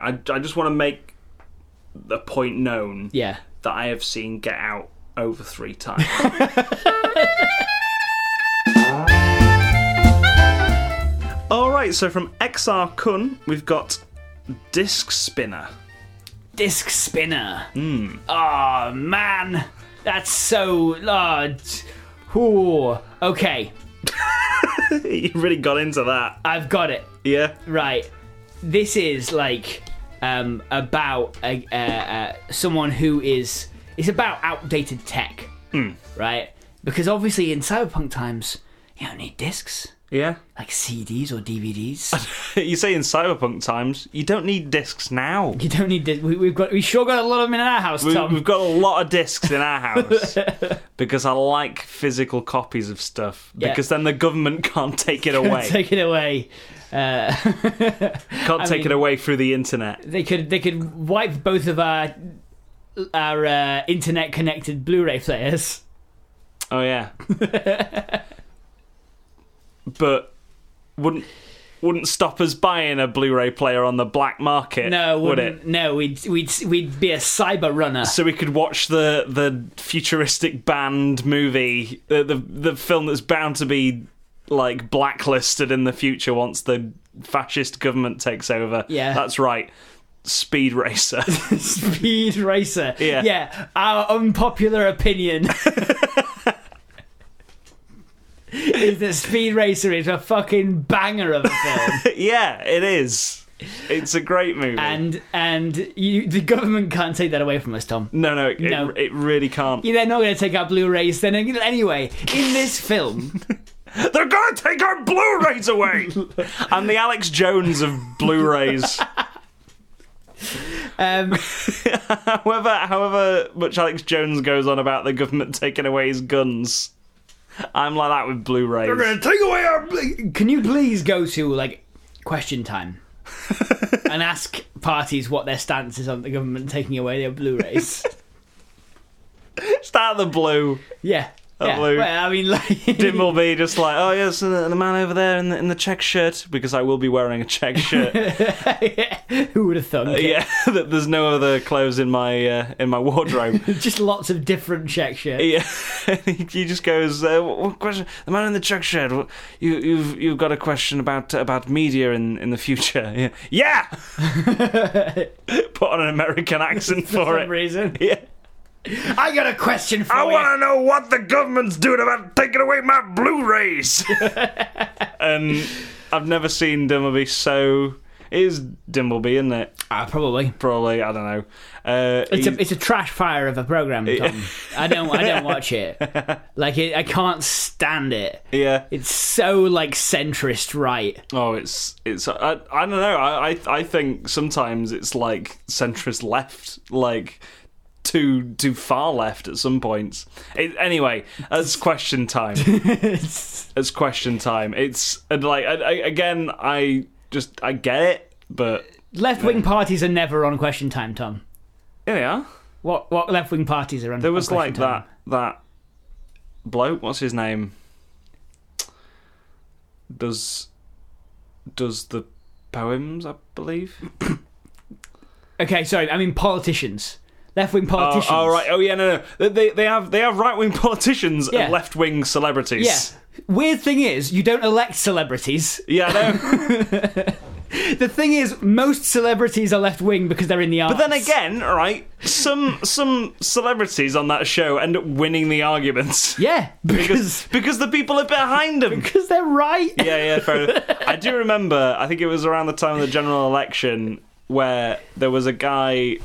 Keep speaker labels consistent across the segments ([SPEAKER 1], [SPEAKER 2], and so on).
[SPEAKER 1] I, I just want to make the point known
[SPEAKER 2] Yeah.
[SPEAKER 1] that I have seen Get Out over three times. All right, so from XR Kun, we've got Disc Spinner.
[SPEAKER 2] Disc spinner. Oh man, that's so large. Ooh. Okay,
[SPEAKER 1] you really got into that.
[SPEAKER 2] I've got it.
[SPEAKER 1] Yeah.
[SPEAKER 2] Right. This is like um, about a, uh, uh, someone who is. It's about outdated tech, right? Because obviously in cyberpunk times, you don't need discs
[SPEAKER 1] Yeah.
[SPEAKER 2] like CDs or DVDs.
[SPEAKER 1] you say in cyberpunk times, you don't need discs now.
[SPEAKER 2] you don't need. Dis- we, we've got. We sure got a lot of them in our house,
[SPEAKER 1] We,
[SPEAKER 2] Tom.
[SPEAKER 1] we've got a lot of discs in our house because I like physical copies of stuff
[SPEAKER 2] Yeah.
[SPEAKER 1] because then the government can't take it away.
[SPEAKER 2] Take it away. Uh,
[SPEAKER 1] can't take
[SPEAKER 2] mean-
[SPEAKER 1] it away through the internet.
[SPEAKER 2] they could they could wipe both of our our uh, internet connected Blu-ray players.
[SPEAKER 1] Oh yeah. but wouldn't wouldn't stop us buying a Blu-ray player on the black market?
[SPEAKER 2] No,
[SPEAKER 1] would
[SPEAKER 2] wouldn't,
[SPEAKER 1] it?
[SPEAKER 2] No, we'd we'd we'd be a cyber runner.
[SPEAKER 1] So we could watch the the futuristic band movie, the the, the film that's bound to be like blacklisted in the future once the fascist government takes over.
[SPEAKER 2] Yeah.
[SPEAKER 1] that's right. Speed Racer.
[SPEAKER 2] Speed racer.
[SPEAKER 1] Yeah.
[SPEAKER 2] yeah. Our unpopular opinion. Is that Speed Racer is a fucking banger of a film,
[SPEAKER 1] yeah, it is. It's a great movie.
[SPEAKER 2] and and you, the government can't take that away from us, Tom.
[SPEAKER 1] no, no, it,
[SPEAKER 2] No.
[SPEAKER 1] It, it really can't.
[SPEAKER 2] They're not going to take our Blu-rays. Then anyway, in this film,
[SPEAKER 1] They're gonna take our Blu-rays away. I'm the Alex Jones of Blu-rays.
[SPEAKER 2] um,
[SPEAKER 1] however, however much Alex Jones goes on about the government taking away his guns, I'm like that with Blu-rays.
[SPEAKER 2] take away our. Can you please go to like question time and ask parties what their stance is on the government taking away their Blu-rays?
[SPEAKER 1] Start the blue.
[SPEAKER 2] yeah. Yeah.
[SPEAKER 1] Hello.
[SPEAKER 2] Well, I mean, like,
[SPEAKER 1] Dim will be just like, oh yes, and the, the man over there in the, in the check shirt because I will be wearing a check shirt.
[SPEAKER 2] who would have thunk? it?
[SPEAKER 1] Uh, yeah, that there's no other clothes in my uh, in my wardrobe.
[SPEAKER 2] Just lots of different check shirts.
[SPEAKER 1] Yeah, he he just goes. Uh, what, what question? The man in the truck shed. What, you, you've you've got a question about about media in, in the future? Yeah, yeah. Put on an American accent
[SPEAKER 2] For,
[SPEAKER 1] for
[SPEAKER 2] some
[SPEAKER 1] it.
[SPEAKER 2] reason,
[SPEAKER 1] Yeah.
[SPEAKER 2] I got a question for
[SPEAKER 1] I
[SPEAKER 2] you.
[SPEAKER 1] want to know what the government's doing about taking away my Blu-rays. and I've never seen Dimbleby so. It is Dimbleby, isn't it?
[SPEAKER 2] Ah, probably.
[SPEAKER 1] Probably. I don't know. Uh,
[SPEAKER 2] It's
[SPEAKER 1] he-
[SPEAKER 2] a it's a trash fire of a program, Tom. I don't I don't watch it. Like it, I can't stand it.
[SPEAKER 1] yeah.
[SPEAKER 2] It's so like centrist right.
[SPEAKER 1] Oh, it's it's I, I don't know. I, I I think sometimes it's like centrist left, like too too far left at some points. It, anyway, that's question time. it's question time. It's and like I, I, again, I just I get it, but
[SPEAKER 2] Left wing parties are never on question time, Tom.
[SPEAKER 1] yeah, they are.
[SPEAKER 2] What what left wing parties are on?
[SPEAKER 1] There was like that that bloke. What's his name? Does does the poems? I believe.
[SPEAKER 2] Okay, sorry. I mean politicians. Left wing
[SPEAKER 1] Oh,
[SPEAKER 2] politicians.
[SPEAKER 1] oh, right. Oh, yeah. No, no. They- They they have they have right wing politicians
[SPEAKER 2] Yeah.
[SPEAKER 1] and left wing celebrities.
[SPEAKER 2] Yeah. Weird thing is, you don't elect celebrities.
[SPEAKER 1] Yeah. I know.
[SPEAKER 2] The thing is, most celebrities are left wing because they're in the arts.
[SPEAKER 1] then again, right? Some some celebrities on that show end up winning the arguments
[SPEAKER 2] yeah, because
[SPEAKER 1] because the people are behind them.
[SPEAKER 2] because they're right.
[SPEAKER 1] Yeah, yeah, fair enough. I do remember, I think it was around the time of the general election where there was a guy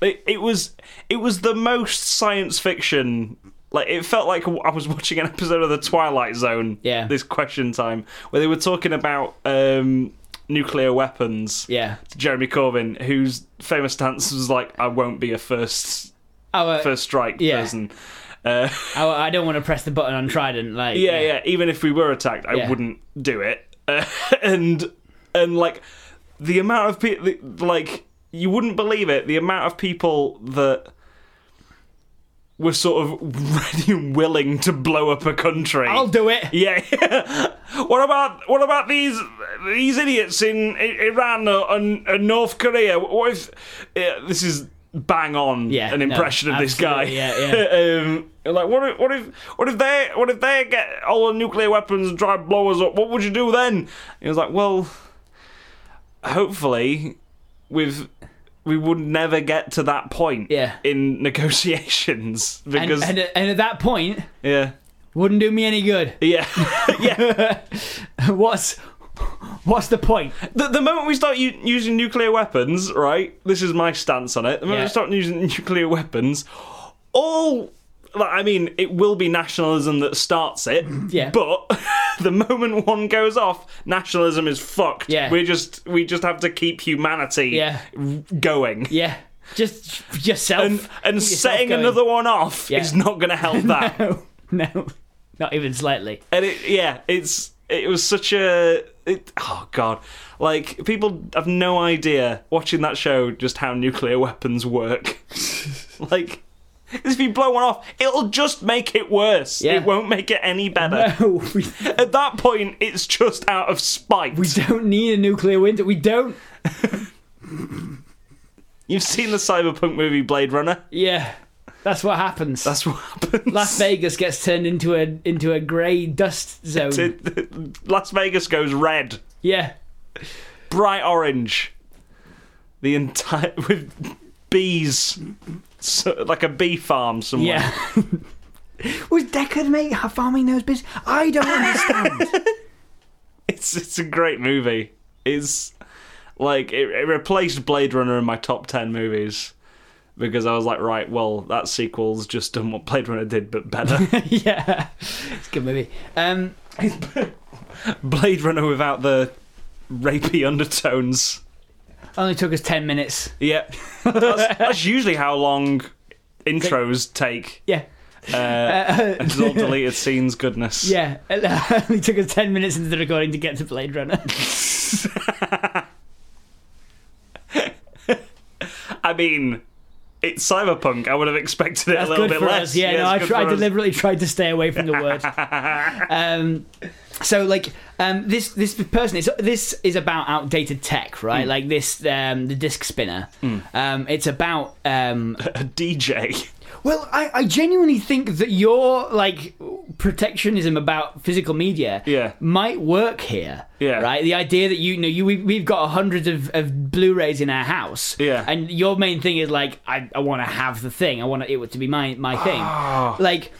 [SPEAKER 1] it, it was it was the most science fiction like it felt like I was watching an episode of the Twilight Zone.
[SPEAKER 2] Yeah.
[SPEAKER 1] This question time where they were talking about um nuclear weapons.
[SPEAKER 2] Yeah.
[SPEAKER 1] Jeremy Corbyn, whose famous stance was like I won't be a first
[SPEAKER 2] Our,
[SPEAKER 1] first strike
[SPEAKER 2] Yeah.
[SPEAKER 1] person. Uh,
[SPEAKER 2] our, I don't want to press the button on Trident. Like
[SPEAKER 1] yeah, yeah. Even if we were attacked, I
[SPEAKER 2] Yeah.
[SPEAKER 1] wouldn't do it. Uh, and and like the amount of people, like you wouldn't believe it. The amount of people that were sort of ready and willing to blow up a country.
[SPEAKER 2] I'll do it.
[SPEAKER 1] Yeah. what about what about these these idiots in I- Iran or, and, and North Korea? What if yeah, this is bang on
[SPEAKER 2] Yeah,
[SPEAKER 1] an
[SPEAKER 2] no,
[SPEAKER 1] impression of this guy?
[SPEAKER 2] absolutely, yeah,
[SPEAKER 1] um, like what if what if what if they what if they get all the nuclear weapons and try and blow us up? What would you do then? He was like, well, hopefully, with we would never get to that point
[SPEAKER 2] Yeah.
[SPEAKER 1] in negotiations
[SPEAKER 2] And,
[SPEAKER 1] because
[SPEAKER 2] and, and at that point,
[SPEAKER 1] yeah
[SPEAKER 2] wouldn't do me any good.
[SPEAKER 1] yeah yeah
[SPEAKER 2] what's what's the point?
[SPEAKER 1] The, the moment we start u- using nuclear weapons, right? This is my stance on it. The moment
[SPEAKER 2] Yeah.
[SPEAKER 1] we start using nuclear weapons, all. Like, I mean, it will be nationalism that starts it.
[SPEAKER 2] Yeah.
[SPEAKER 1] But the moment one goes off, nationalism is fucked.
[SPEAKER 2] Yeah.
[SPEAKER 1] We just we just have to keep humanity
[SPEAKER 2] Yeah.
[SPEAKER 1] going.
[SPEAKER 2] Yeah, just yourself.
[SPEAKER 1] And and
[SPEAKER 2] yourself
[SPEAKER 1] setting
[SPEAKER 2] going.
[SPEAKER 1] another one off
[SPEAKER 2] Yeah.
[SPEAKER 1] is not going to help that.
[SPEAKER 2] No, no, not even slightly.
[SPEAKER 1] and it yeah it's it was such a it, oh god like people have no idea watching that show just how nuclear weapons work like if you blow one off it'll just make it worse
[SPEAKER 2] Yeah.
[SPEAKER 1] it won't make it any better
[SPEAKER 2] No, we,
[SPEAKER 1] at that point it's just out of spite
[SPEAKER 2] we don't need a nuclear winter. We don't.
[SPEAKER 1] you've seen the cyberpunk movie blade runner
[SPEAKER 2] Yeah, that's what happens.
[SPEAKER 1] that's what happens
[SPEAKER 2] Las Vegas gets turned into a into a grey dust zone.
[SPEAKER 1] It- las vegas goes red
[SPEAKER 2] yeah,
[SPEAKER 1] bright orange. The entire with bees, so, like a bee farm somewhere.
[SPEAKER 2] yeah. Was Deckard make farming those bits? I don't understand.
[SPEAKER 1] It's it's a great movie. It's like it, it replaced Blade Runner in my top ten movies because I was like, right, well, that sequel's just done what Blade Runner did, but better.
[SPEAKER 2] yeah, it's a good movie. Um,
[SPEAKER 1] Blade Runner without the rapey undertones.
[SPEAKER 2] only took us ten minutes.
[SPEAKER 1] Yeah, that's, that's usually how long intros take.
[SPEAKER 2] Yeah,
[SPEAKER 1] Uh,
[SPEAKER 2] uh,
[SPEAKER 1] it's all deleted scenes. Goodness.
[SPEAKER 2] yeah. It only took us ten minutes into the recording to get to Blade Runner.
[SPEAKER 1] I mean, it's cyberpunk. I would have expected it
[SPEAKER 2] That's
[SPEAKER 1] a little
[SPEAKER 2] good
[SPEAKER 1] bit
[SPEAKER 2] for
[SPEAKER 1] less.
[SPEAKER 2] us. Yeah, no,
[SPEAKER 1] it's
[SPEAKER 2] I,
[SPEAKER 1] good
[SPEAKER 2] tr- I
[SPEAKER 1] for us.
[SPEAKER 2] deliberately tried to stay away from the word. um, so, like, um, this this person is this is about outdated tech, right?
[SPEAKER 1] Hmm.
[SPEAKER 2] Like this, um, the disc spinner. Um, it's about. Um,
[SPEAKER 1] A DJ.
[SPEAKER 2] well, I, I genuinely think that your like protectionism about physical media,
[SPEAKER 1] Yeah.
[SPEAKER 2] might work here.
[SPEAKER 1] Yeah.
[SPEAKER 2] Right. The idea that you, know you we've, we've got hundreds of, of Blu-rays in our house.
[SPEAKER 1] Yeah.
[SPEAKER 2] And your main thing is like I, I want to have the thing. I want it to be my my thing.
[SPEAKER 1] Ah.
[SPEAKER 2] Like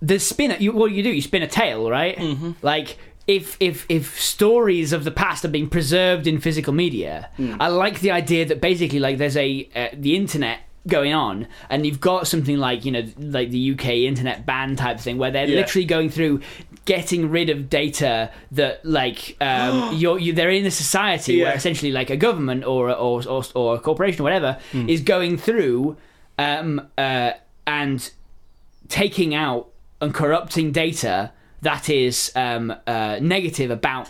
[SPEAKER 2] the spinner. You, what do you do? You spin a tale, right? Mm-hmm. Like. If, if if stories of the past are being preserved in physical media, I like the idea that basically like there's a uh, the internet going on, and you've got something like you know like the UK internet ban type thing where they're
[SPEAKER 1] Yeah.
[SPEAKER 2] literally going through getting rid of data that like um, you're you, they're in a society where
[SPEAKER 1] Yeah.
[SPEAKER 2] essentially like a government or a- or or, or a corporation or whatever is going through um, uh, and taking out and corrupting data that is um, uh, negative about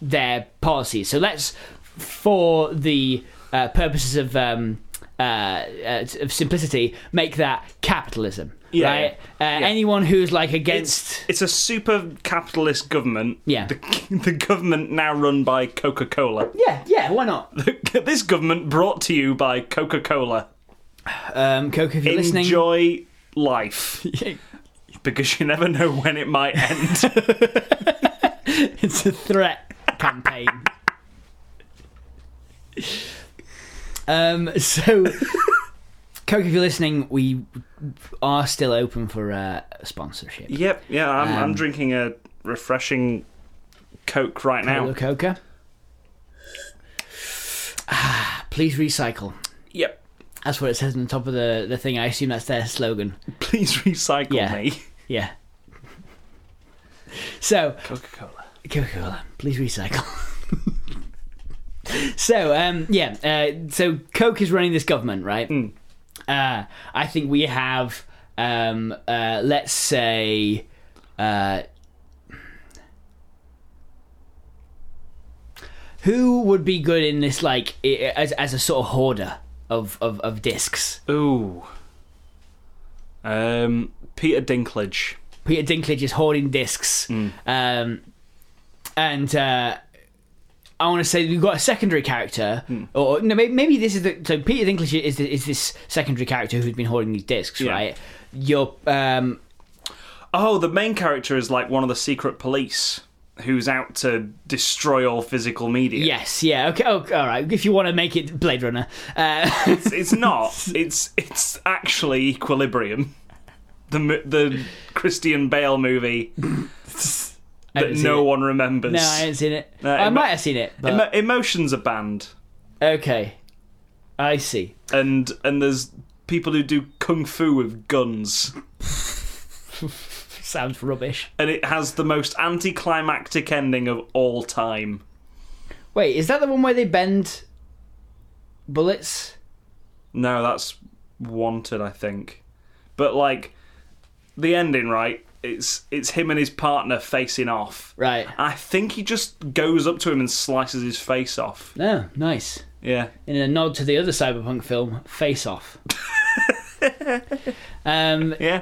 [SPEAKER 2] their policies. So let's, for the uh, purposes of um, uh, uh, of simplicity, make that capitalism.
[SPEAKER 1] Yeah,
[SPEAKER 2] right? Uh, Anyone who's like against.
[SPEAKER 1] It's a super capitalist government.
[SPEAKER 2] Yeah.
[SPEAKER 1] The, the government now run by Coca Cola.
[SPEAKER 2] yeah, yeah. Why not?
[SPEAKER 1] this government brought to you by Coca Cola.
[SPEAKER 2] Um, Coke, if you're listening,
[SPEAKER 1] Enjoy life because you never know when it might end.
[SPEAKER 2] it's a threat campaign. um, so, Coke, if you're listening, we are still open for uh, sponsorship.
[SPEAKER 1] yep. Yeah. I'm, I'm
[SPEAKER 2] Um,
[SPEAKER 1] drinking a refreshing Coke right now.
[SPEAKER 2] Hello, Coca. Ah, please recycle.
[SPEAKER 1] Yep.
[SPEAKER 2] That's what it says on the top of the, the thing. I assume that's their slogan.
[SPEAKER 1] Please recycle
[SPEAKER 2] Yeah.
[SPEAKER 1] me.
[SPEAKER 2] Yeah. So,
[SPEAKER 1] Coca Cola.
[SPEAKER 2] Coca Cola, please recycle. so, um, yeah, uh, so Coke is running this government, right? Uh, I think we have, um, uh, let's say, uh, who would be good in this, like, i- as, as a sort of hoarder of, of, of discs?
[SPEAKER 1] Ooh. Um, Peter Dinklage.
[SPEAKER 2] Peter Dinklage is hoarding discs.
[SPEAKER 1] Mm.
[SPEAKER 2] Um, and uh, I want to say we've got a secondary character,
[SPEAKER 1] Mm.
[SPEAKER 2] or no, maybe, maybe this is the so Peter Dinklage is the, is this secondary character who's been hoarding these discs,
[SPEAKER 1] Yeah.
[SPEAKER 2] right? Your um,
[SPEAKER 1] Oh, the main character is like one of the secret police who's out to destroy all physical media.
[SPEAKER 2] yes, yeah, okay, oh, all right. If you want to make it Blade Runner, uh,
[SPEAKER 1] It's, it's not. it's it's actually Equilibrium, the mo- the Christian Bale movie that
[SPEAKER 2] haven't seen
[SPEAKER 1] no
[SPEAKER 2] it.
[SPEAKER 1] one remembers.
[SPEAKER 2] no, I haven't seen it.
[SPEAKER 1] No,
[SPEAKER 2] I
[SPEAKER 1] it
[SPEAKER 2] might
[SPEAKER 1] mu-
[SPEAKER 2] have seen it, but
[SPEAKER 1] Emo- emotions are banned,
[SPEAKER 2] okay, I see.
[SPEAKER 1] and and there's people who do kung fu with guns.
[SPEAKER 2] Sounds rubbish.
[SPEAKER 1] and it has the most anticlimactic ending of all time.
[SPEAKER 2] Wait, is that the one where they bend bullets?
[SPEAKER 1] No, that's wanted, I think. But like the ending, right? It's it's him and his partner facing off.
[SPEAKER 2] Right.
[SPEAKER 1] I think he just goes up to him and slices his face off.
[SPEAKER 2] No, nice.
[SPEAKER 1] Yeah.
[SPEAKER 2] in a nod to the other cyberpunk film, Face Off. um,
[SPEAKER 1] Yeah.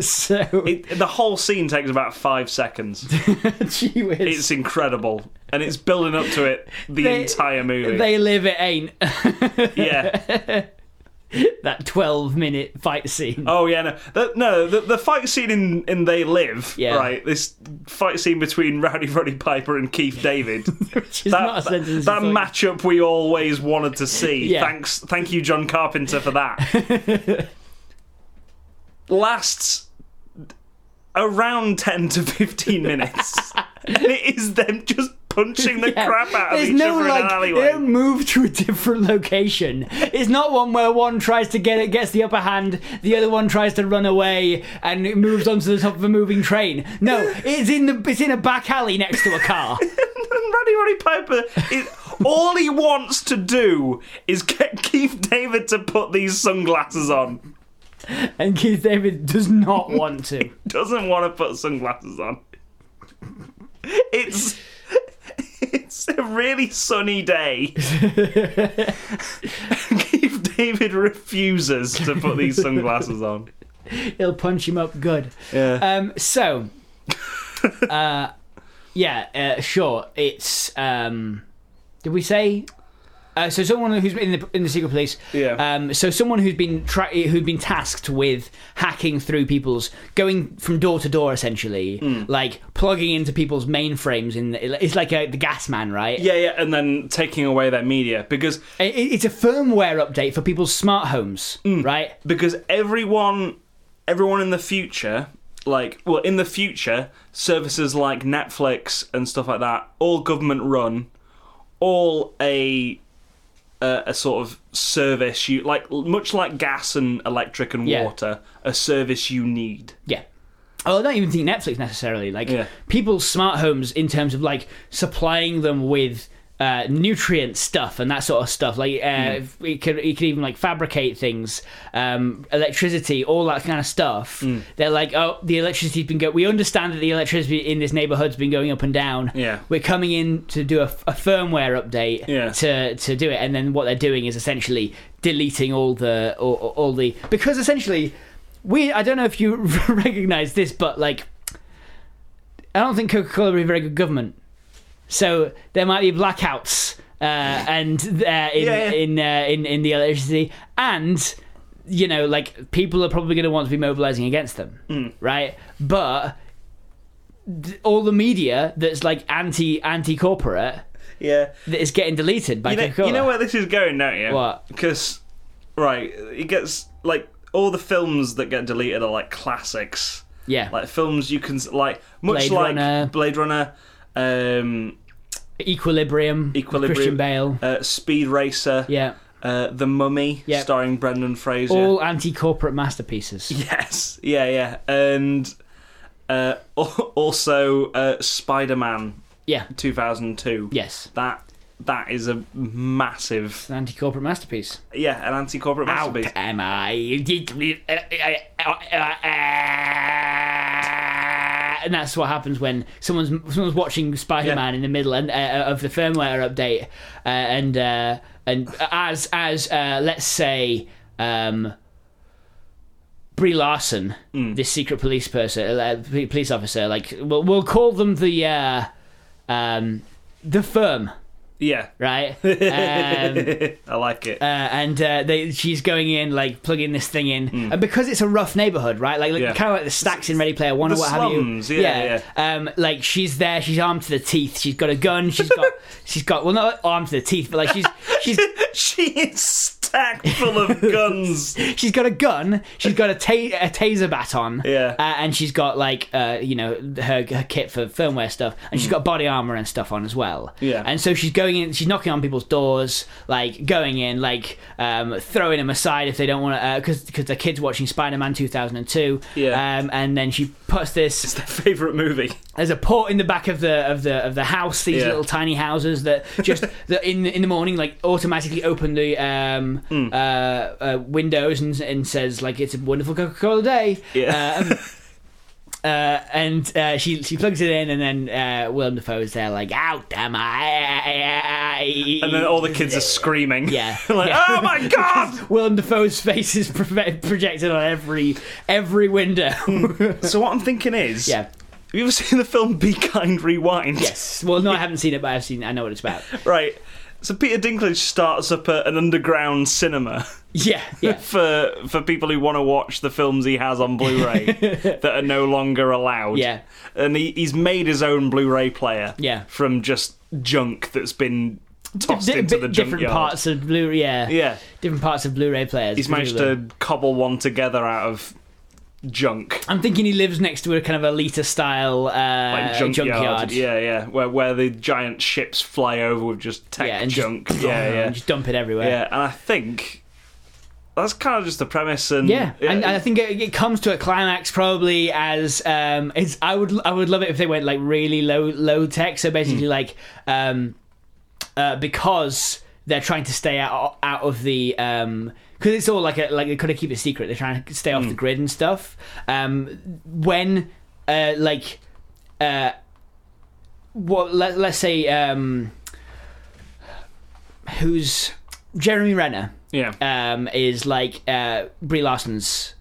[SPEAKER 2] so,
[SPEAKER 1] It, the whole scene takes about five seconds.
[SPEAKER 2] gee whiz,
[SPEAKER 1] It's incredible. And it's building up to it the
[SPEAKER 2] They-
[SPEAKER 1] entire movie.
[SPEAKER 2] they live it ain't
[SPEAKER 1] yeah.
[SPEAKER 2] that twelve-minute fight scene.
[SPEAKER 1] Oh yeah, no, the, no, the, the fight scene in, in They Live,
[SPEAKER 2] Yeah.
[SPEAKER 1] right? This fight scene between Rowdy Roddy Piper and Keith David.
[SPEAKER 2] which is not
[SPEAKER 1] That,
[SPEAKER 2] a
[SPEAKER 1] that,
[SPEAKER 2] sentence.
[SPEAKER 1] that
[SPEAKER 2] you thought-
[SPEAKER 1] matchup we always wanted to see.
[SPEAKER 2] Yeah.
[SPEAKER 1] Thanks, thank you, John Carpenter, for that. Lasts around ten to fifteen minutes, and it is them just punching the
[SPEAKER 2] Yeah.
[SPEAKER 1] crap out of
[SPEAKER 2] There's
[SPEAKER 1] each
[SPEAKER 2] no
[SPEAKER 1] other in
[SPEAKER 2] like
[SPEAKER 1] an
[SPEAKER 2] they
[SPEAKER 1] alleyway.
[SPEAKER 2] don't move to a different location. It's not one where one tries to get it, gets the upper hand, the other one tries to run away, and it moves onto the top of a moving train. No, it's in the it's in a back alley next to a car.
[SPEAKER 1] And Roddy Roddy Piper, is, all he wants to do is get Keith David to put these sunglasses on.
[SPEAKER 2] and Keith David does not want to.
[SPEAKER 1] Doesn't want to put sunglasses on. It's it's a really sunny day. Keith David refuses to put these sunglasses on.
[SPEAKER 2] He'll punch him up good.
[SPEAKER 1] Yeah.
[SPEAKER 2] Um, so, uh, yeah, uh, sure. It's um, did we say? Uh, so someone who's in the in the secret police.
[SPEAKER 1] Yeah.
[SPEAKER 2] Um, so someone who's been tra- who'd been tasked with hacking through people's, going from door to door essentially,
[SPEAKER 1] Hmm.
[SPEAKER 2] like plugging into people's mainframes. In the, it's like a, the gas man, right?
[SPEAKER 1] yeah, yeah, and then taking away their media because
[SPEAKER 2] It, it's a firmware update for people's smart homes,
[SPEAKER 1] Hmm.
[SPEAKER 2] right?
[SPEAKER 1] because everyone everyone in the future like well in the future services like netflix and stuff like that all government run all a a, a sort of service you like much like gas and electric and
[SPEAKER 2] Yeah.
[SPEAKER 1] water a service you need
[SPEAKER 2] Yeah. Oh, I don't even think Netflix necessarily. Like
[SPEAKER 1] Yeah.
[SPEAKER 2] people's smart homes in terms of like supplying them with uh, nutrient stuff and that sort of stuff. Like uh,
[SPEAKER 1] Hmm.
[SPEAKER 2] it could it could even like fabricate things, um, electricity, all that kind of stuff.
[SPEAKER 1] Hmm.
[SPEAKER 2] They're like, oh, the electricity's been go. We understand that the electricity in this neighborhood's been going up and down.
[SPEAKER 1] Yeah.
[SPEAKER 2] We're coming in to do a, a firmware update
[SPEAKER 1] Yeah.
[SPEAKER 2] to to do it, and then what they're doing is essentially deleting all the all, all the because essentially we I don't know if you recognize this, but like I don't think Coca Cola would be a very good government, so there might be blackouts uh, and uh, in
[SPEAKER 1] yeah.
[SPEAKER 2] in uh, in in the electricity and. You know, like people are probably going to want to be mobilizing against them,
[SPEAKER 1] Mm.
[SPEAKER 2] right? But th- all the media that's like anti anti corporate
[SPEAKER 1] yeah
[SPEAKER 2] that is getting deleted by
[SPEAKER 1] you know,
[SPEAKER 2] Coca-Cola.
[SPEAKER 1] you know where this is going don't you
[SPEAKER 2] What?
[SPEAKER 1] because right it gets like all the films that get deleted are like classics
[SPEAKER 2] Yeah,
[SPEAKER 1] like films you can like much
[SPEAKER 2] Blade
[SPEAKER 1] like
[SPEAKER 2] Runner.
[SPEAKER 1] Blade Runner, um,
[SPEAKER 2] Equilibrium,
[SPEAKER 1] Equilibrium.
[SPEAKER 2] Christian Bale.
[SPEAKER 1] uh, Speed Racer,
[SPEAKER 2] Yeah,
[SPEAKER 1] uh, The Mummy,
[SPEAKER 2] Yeah.
[SPEAKER 1] starring Brendan Fraser.
[SPEAKER 2] all anti-corporate masterpieces.
[SPEAKER 1] yes, yeah, yeah, and uh, al- also uh, Spider Man,
[SPEAKER 2] Yeah,
[SPEAKER 1] two thousand two.
[SPEAKER 2] yes,
[SPEAKER 1] That that is a massive,
[SPEAKER 2] it's an anti-corporate masterpiece.
[SPEAKER 1] yeah, an anti corporate
[SPEAKER 2] Out
[SPEAKER 1] masterpiece.
[SPEAKER 2] am I? And that's what happens when someone's someone's watching Spider-Man in the middle and uh, of the firmware update, uh, and uh, and as as uh, let's say. Um, Brie Larson, this secret police person, uh, p- police officer, like we'll, we'll call them the uh, um, the firm,
[SPEAKER 1] Yeah.
[SPEAKER 2] right? um,
[SPEAKER 1] I like it.
[SPEAKER 2] uh, and uh, they, she's going in like plugging this thing in, and because it's a rough neighborhood, right? Like,
[SPEAKER 1] Mm. Yeah.
[SPEAKER 2] kind of like the stacks in Ready Player One
[SPEAKER 1] The
[SPEAKER 2] or what
[SPEAKER 1] slums,
[SPEAKER 2] have
[SPEAKER 1] yeah,
[SPEAKER 2] you. Um, like she's there, she's armed to the teeth. She's got a gun. She's got, she's got well, not armed to the teeth, but like she's she's
[SPEAKER 1] she is stacked full of guns.
[SPEAKER 2] she's got a gun. She's got a, ta- a taser baton.
[SPEAKER 1] Yeah.
[SPEAKER 2] Uh, and she's got like uh, you know her, her kit for firmware stuff, and she's got body armor and stuff on as well.
[SPEAKER 1] Mm. Yeah.
[SPEAKER 2] And so she's going in. She's knocking on people's doors, like going in, like um, throwing them aside if they don't want to, because because the kids watching Spider Man 2002.
[SPEAKER 1] Yeah.
[SPEAKER 2] Um, and then she puts this
[SPEAKER 1] It's their favourite movie.
[SPEAKER 2] there's a port in the back of the of the of the house. These
[SPEAKER 1] Yeah.
[SPEAKER 2] little tiny houses that just that in the, in the morning like automatically open the um,
[SPEAKER 1] Hmm.
[SPEAKER 2] uh, uh, windows and and says like it's a wonderful Coca Cola day.
[SPEAKER 1] Yeah.
[SPEAKER 2] Um, Uh, and uh, she she plugs it in, and then uh, Willem Dafoe's there, like, out am I?
[SPEAKER 1] And then all the kids are screaming.
[SPEAKER 2] Yeah.
[SPEAKER 1] like,
[SPEAKER 2] Yeah.
[SPEAKER 1] oh my god!
[SPEAKER 2] Willem Dafoe's face is pro- projected on every every window.
[SPEAKER 1] so what I'm thinking is,
[SPEAKER 2] yeah.
[SPEAKER 1] have you ever seen the film Be Kind Rewind?
[SPEAKER 2] Yes. Well, no, I haven't seen it, but I've seen. I know what it's about.
[SPEAKER 1] Right. So Peter Dinklage starts up at an underground cinema
[SPEAKER 2] Yeah. Yeah.
[SPEAKER 1] for for people who want to watch the films he has on Blu-ray that are no longer allowed.
[SPEAKER 2] Yeah.
[SPEAKER 1] And he, he's made his own Blu-ray player.
[SPEAKER 2] Yeah.
[SPEAKER 1] From just junk that's been tossed
[SPEAKER 2] Di-
[SPEAKER 1] into
[SPEAKER 2] bit
[SPEAKER 1] the
[SPEAKER 2] different
[SPEAKER 1] junkyard.
[SPEAKER 2] parts of Blu. Yeah.
[SPEAKER 1] Yeah.
[SPEAKER 2] Different parts of Blu-ray players.
[SPEAKER 1] He's managed
[SPEAKER 2] presumably.
[SPEAKER 1] to cobble one together out of junk.
[SPEAKER 2] I'm thinking he lives next to a kind of Alita style uh,
[SPEAKER 1] Like
[SPEAKER 2] junkyard.
[SPEAKER 1] junkyard. Yeah, yeah. Where where the giant ships fly over with just tech
[SPEAKER 2] Yeah, and just-
[SPEAKER 1] junk. yeah, yeah.
[SPEAKER 2] And just dump it everywhere.
[SPEAKER 1] Yeah, and I think that's kind of just the premise, and
[SPEAKER 2] Yeah, and, and I think it, it comes to a climax probably as um, it's. I would I would love it if they went like really low low tech. So basically, like um, uh, because they're trying to stay out out of the. Um, because it's all like a, like they kind of keep it secret. They're trying to stay off the grid and stuff. Um, when uh, like uh, what let, let's say um, who's Jeremy Renner
[SPEAKER 1] yeah,
[SPEAKER 2] um, is like uh, Brie Larson's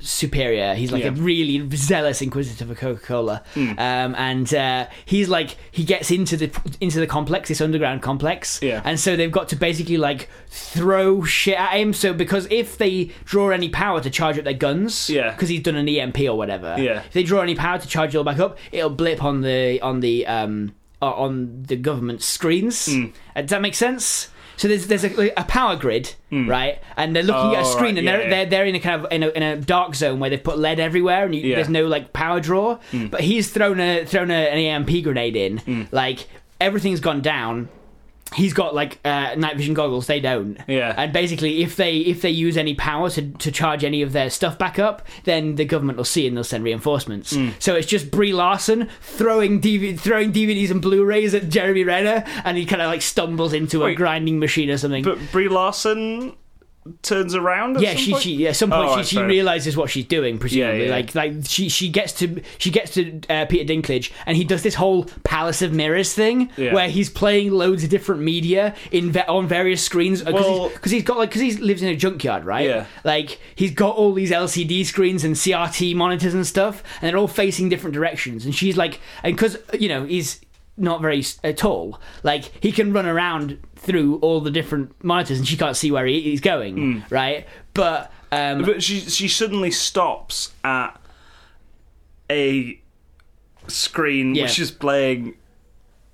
[SPEAKER 2] superior. He's like a
[SPEAKER 1] Yeah. Hmm.
[SPEAKER 2] really zealous inquisitor for Coca Cola, um, and uh, he's like he gets into the into the complex, this underground complex,
[SPEAKER 1] Yeah.
[SPEAKER 2] and so they've got to basically like throw shit at him. So because if they draw any power to charge up their guns,
[SPEAKER 1] Yeah.
[SPEAKER 2] because he's done an EMP or whatever,
[SPEAKER 1] Yeah.
[SPEAKER 2] if they draw any power to charge it all back up, it'll blip on the on the um o- on the government screens.
[SPEAKER 1] Hmm.
[SPEAKER 2] Uh, does that make sense? So there's there's a, like, a power grid, right? And they're looking at
[SPEAKER 1] Hmm.
[SPEAKER 2] a
[SPEAKER 1] Oh,
[SPEAKER 2] screen,
[SPEAKER 1] right,
[SPEAKER 2] and
[SPEAKER 1] yeah,
[SPEAKER 2] they're,
[SPEAKER 1] yeah.
[SPEAKER 2] they're they're in a kind of in a, in a dark zone where they've put lead everywhere, and you,
[SPEAKER 1] Yeah. Hmm.
[SPEAKER 2] there's no like power draw. But he's thrown a thrown a, an EMP grenade in, like everything's gone down. He's got like uh, night vision goggles. They don't.
[SPEAKER 1] Yeah.
[SPEAKER 2] And basically, if they if they use any power to, to charge any of their stuff back up, then the government will see and they'll send reinforcements.
[SPEAKER 1] Mm.
[SPEAKER 2] So it's just Brie Larson throwing DV- throwing DVDs and Blu-rays at Jeremy Renner, and he kind of like stumbles into a
[SPEAKER 1] Wait.
[SPEAKER 2] grinding machine or something.
[SPEAKER 1] but Brie Larson turns around. At
[SPEAKER 2] yeah,
[SPEAKER 1] some
[SPEAKER 2] she,
[SPEAKER 1] point?
[SPEAKER 2] she at some point
[SPEAKER 1] Oh,
[SPEAKER 2] she,
[SPEAKER 1] right,
[SPEAKER 2] she
[SPEAKER 1] fair enough.
[SPEAKER 2] realizes what she's doing. Presumably,
[SPEAKER 1] Yeah, yeah.
[SPEAKER 2] like like she she gets to she gets to uh, Peter Dinklage, and he does this whole Palace of Mirrors thing
[SPEAKER 1] Yeah.
[SPEAKER 2] where he's playing loads of different media in ve- on various screens because
[SPEAKER 1] Well-
[SPEAKER 2] he's got like because he lives in a junkyard, right?
[SPEAKER 1] Yeah.
[SPEAKER 2] Like he's got all these LCD screens and CRT monitors and stuff, and they're all facing different directions. And she's like, and because you know he's not very s- uh, tall, like he can run around through all the different monitors, and she can't see where he, he's going, right? But um,
[SPEAKER 1] but she she suddenly stops at a screen
[SPEAKER 2] Yeah.
[SPEAKER 1] which is playing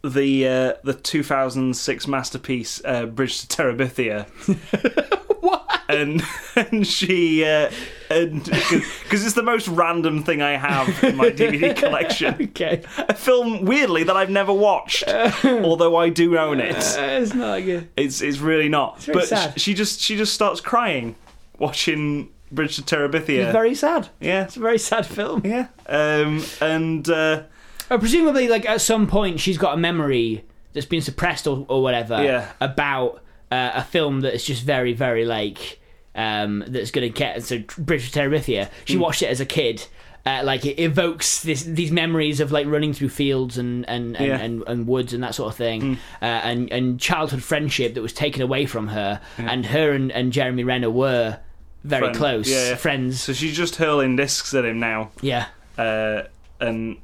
[SPEAKER 1] the uh, the 2006 masterpiece uh, Bridge to Terabithia.
[SPEAKER 2] What?
[SPEAKER 1] And and she uh, and because it's the most random thing I have in my DVD collection.
[SPEAKER 2] okay,
[SPEAKER 1] a film weirdly that I've never watched, although I do own it.
[SPEAKER 2] it's not good.
[SPEAKER 1] It's it's really not.
[SPEAKER 2] very
[SPEAKER 1] but
[SPEAKER 2] sad.
[SPEAKER 1] sh- she just she just starts crying watching Bridge to Terabithia.
[SPEAKER 2] Very sad.
[SPEAKER 1] yeah,
[SPEAKER 2] It's a very sad film.
[SPEAKER 1] yeah. Um, and uh,
[SPEAKER 2] Uh, presumably, like at some point, she's got a memory that's been suppressed or, or whatever
[SPEAKER 1] Yeah.
[SPEAKER 2] about uh, a film that is just very, very like um, that's going to get so British Terabithia.
[SPEAKER 1] Hmm.
[SPEAKER 2] She watched it as a kid. Uh, like it evokes this, these memories of like running through fields and and, and,
[SPEAKER 1] Yeah. Hmm.
[SPEAKER 2] and, and woods and that sort of thing, uh, and and childhood friendship that was taken away from her, and her and, and Jeremy Renner were very
[SPEAKER 1] Friend.
[SPEAKER 2] close.
[SPEAKER 1] Yeah, yeah.
[SPEAKER 2] Friends.
[SPEAKER 1] So she's just hurling discs at him now,
[SPEAKER 2] Yeah.
[SPEAKER 1] uh, and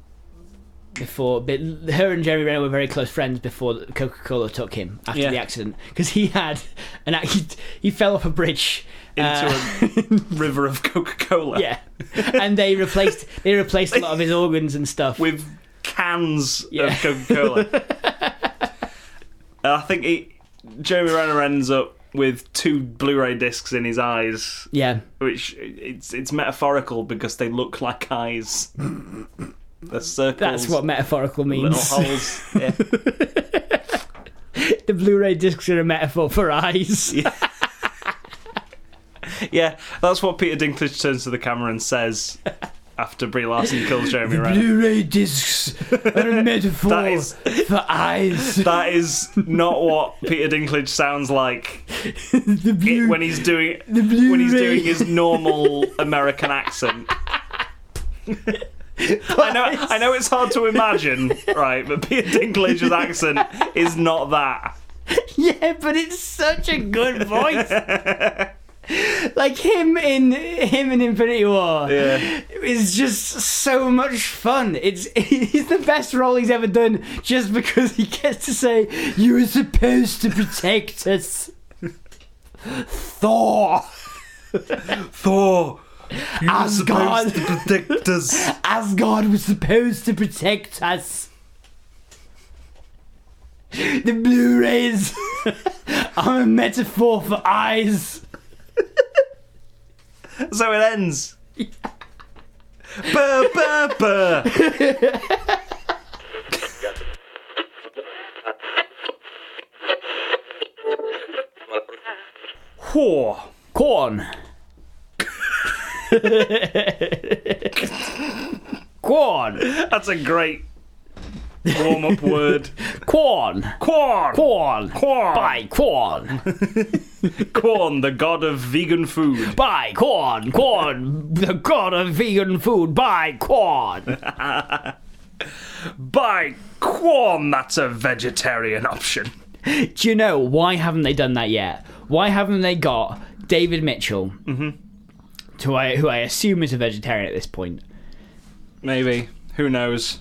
[SPEAKER 2] Before, but her and Jerry Rayner were very close friends before Coca Cola took him after
[SPEAKER 1] Yeah.
[SPEAKER 2] the accident because he had an ac- he, he fell off a bridge.
[SPEAKER 1] into
[SPEAKER 2] uh,
[SPEAKER 1] a river of Coca Cola
[SPEAKER 2] yeah, and they replaced they replaced a lot of his organs and stuff.
[SPEAKER 1] with cans
[SPEAKER 2] Yeah.
[SPEAKER 1] of Coca Cola. I think he, Jeremy Renner ends up with two Blu-ray discs in his eyes,
[SPEAKER 2] yeah,
[SPEAKER 1] which it's it's metaphorical because they look like eyes. They're circles.
[SPEAKER 2] that's what metaphorical
[SPEAKER 1] little
[SPEAKER 2] means.
[SPEAKER 1] holes. Yeah.
[SPEAKER 2] the Blu-ray discs are a metaphor for eyes.
[SPEAKER 1] Yeah, that's what Peter Dinklage turns to the camera and says after Brie Larson kills Jeremy Renner.
[SPEAKER 2] Blu-ray discs are a metaphor
[SPEAKER 1] That is-
[SPEAKER 2] for eyes.
[SPEAKER 1] That is not what Peter Dinklage sounds like
[SPEAKER 2] the blue,
[SPEAKER 1] when he's doing
[SPEAKER 2] the Blu-ray.
[SPEAKER 1] when he's doing his normal American accent. I know, I know it's hard to imagine, right? But Peter Dinklage's accent is not that.
[SPEAKER 2] Yeah, but it's such a good voice. like him in him in Infinity War
[SPEAKER 1] Yeah.
[SPEAKER 2] is just so much fun. It's it's the best role he's ever done just because he gets to say you were supposed to protect us. Thor,
[SPEAKER 1] Thor, you
[SPEAKER 2] were supposed
[SPEAKER 1] to protect us.
[SPEAKER 2] Asgard was supposed to protect us. The Blu-rays are a metaphor for eyes.
[SPEAKER 1] So it ends. Burr, burr, burr. Whore.
[SPEAKER 2] Corn. corn.
[SPEAKER 1] That's a great warm up word.
[SPEAKER 2] Corn.
[SPEAKER 1] Corn.
[SPEAKER 2] Corn.
[SPEAKER 1] Corn.
[SPEAKER 2] Buy corn.
[SPEAKER 1] Corn, the god of vegan food.
[SPEAKER 2] Buy corn. Corn. The god of vegan food. Buy corn.
[SPEAKER 1] By corn, that's a vegetarian option.
[SPEAKER 2] Do you know why haven't they done that yet? Why haven't they got David Mitchell, to I, who I assume is a vegetarian at this point,
[SPEAKER 1] Maybe. Who knows?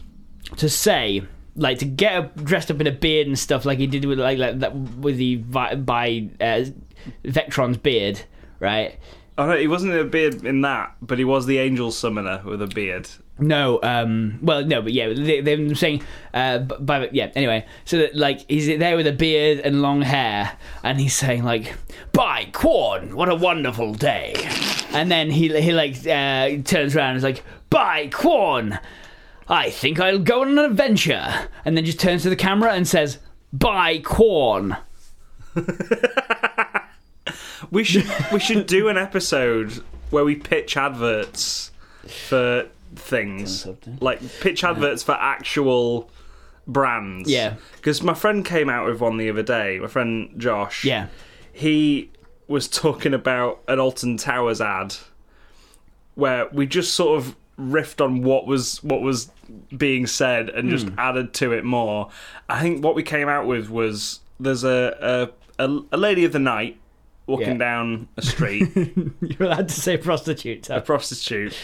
[SPEAKER 2] to say like to get up, dressed up in a beard and stuff like he did with like, like that with the vi- by uh, Vectron's beard, right?
[SPEAKER 1] Oh no, he wasn't a beard in that, but he was the angel summoner with a beard.
[SPEAKER 2] No, um, well, no, but yeah, they, they're saying, uh, b- by, yeah, anyway, so that, like, he's there with a beard and long hair, and he's saying, like, by corn, what a wonderful day. And then he, he like, uh, turns around and is like, by corn, I think I'll go on an adventure. And then just turns to the camera and says, by corn.
[SPEAKER 1] We should we should do an episode where we pitch adverts for things,
[SPEAKER 2] something.
[SPEAKER 1] like pitch adverts for actual brands.
[SPEAKER 2] Yeah.
[SPEAKER 1] because my friend came out with one the other day. My friend Josh.
[SPEAKER 2] Yeah.
[SPEAKER 1] he was talking about an Alton Towers ad where we just sort of riffed on what was what was being said and just
[SPEAKER 2] Hmm.
[SPEAKER 1] added to it more. I think what we came out with was there's a a, a, a lady of the night walking
[SPEAKER 2] Yeah.
[SPEAKER 1] down a street,
[SPEAKER 2] You're allowed to say prostitute.
[SPEAKER 1] a prostitute,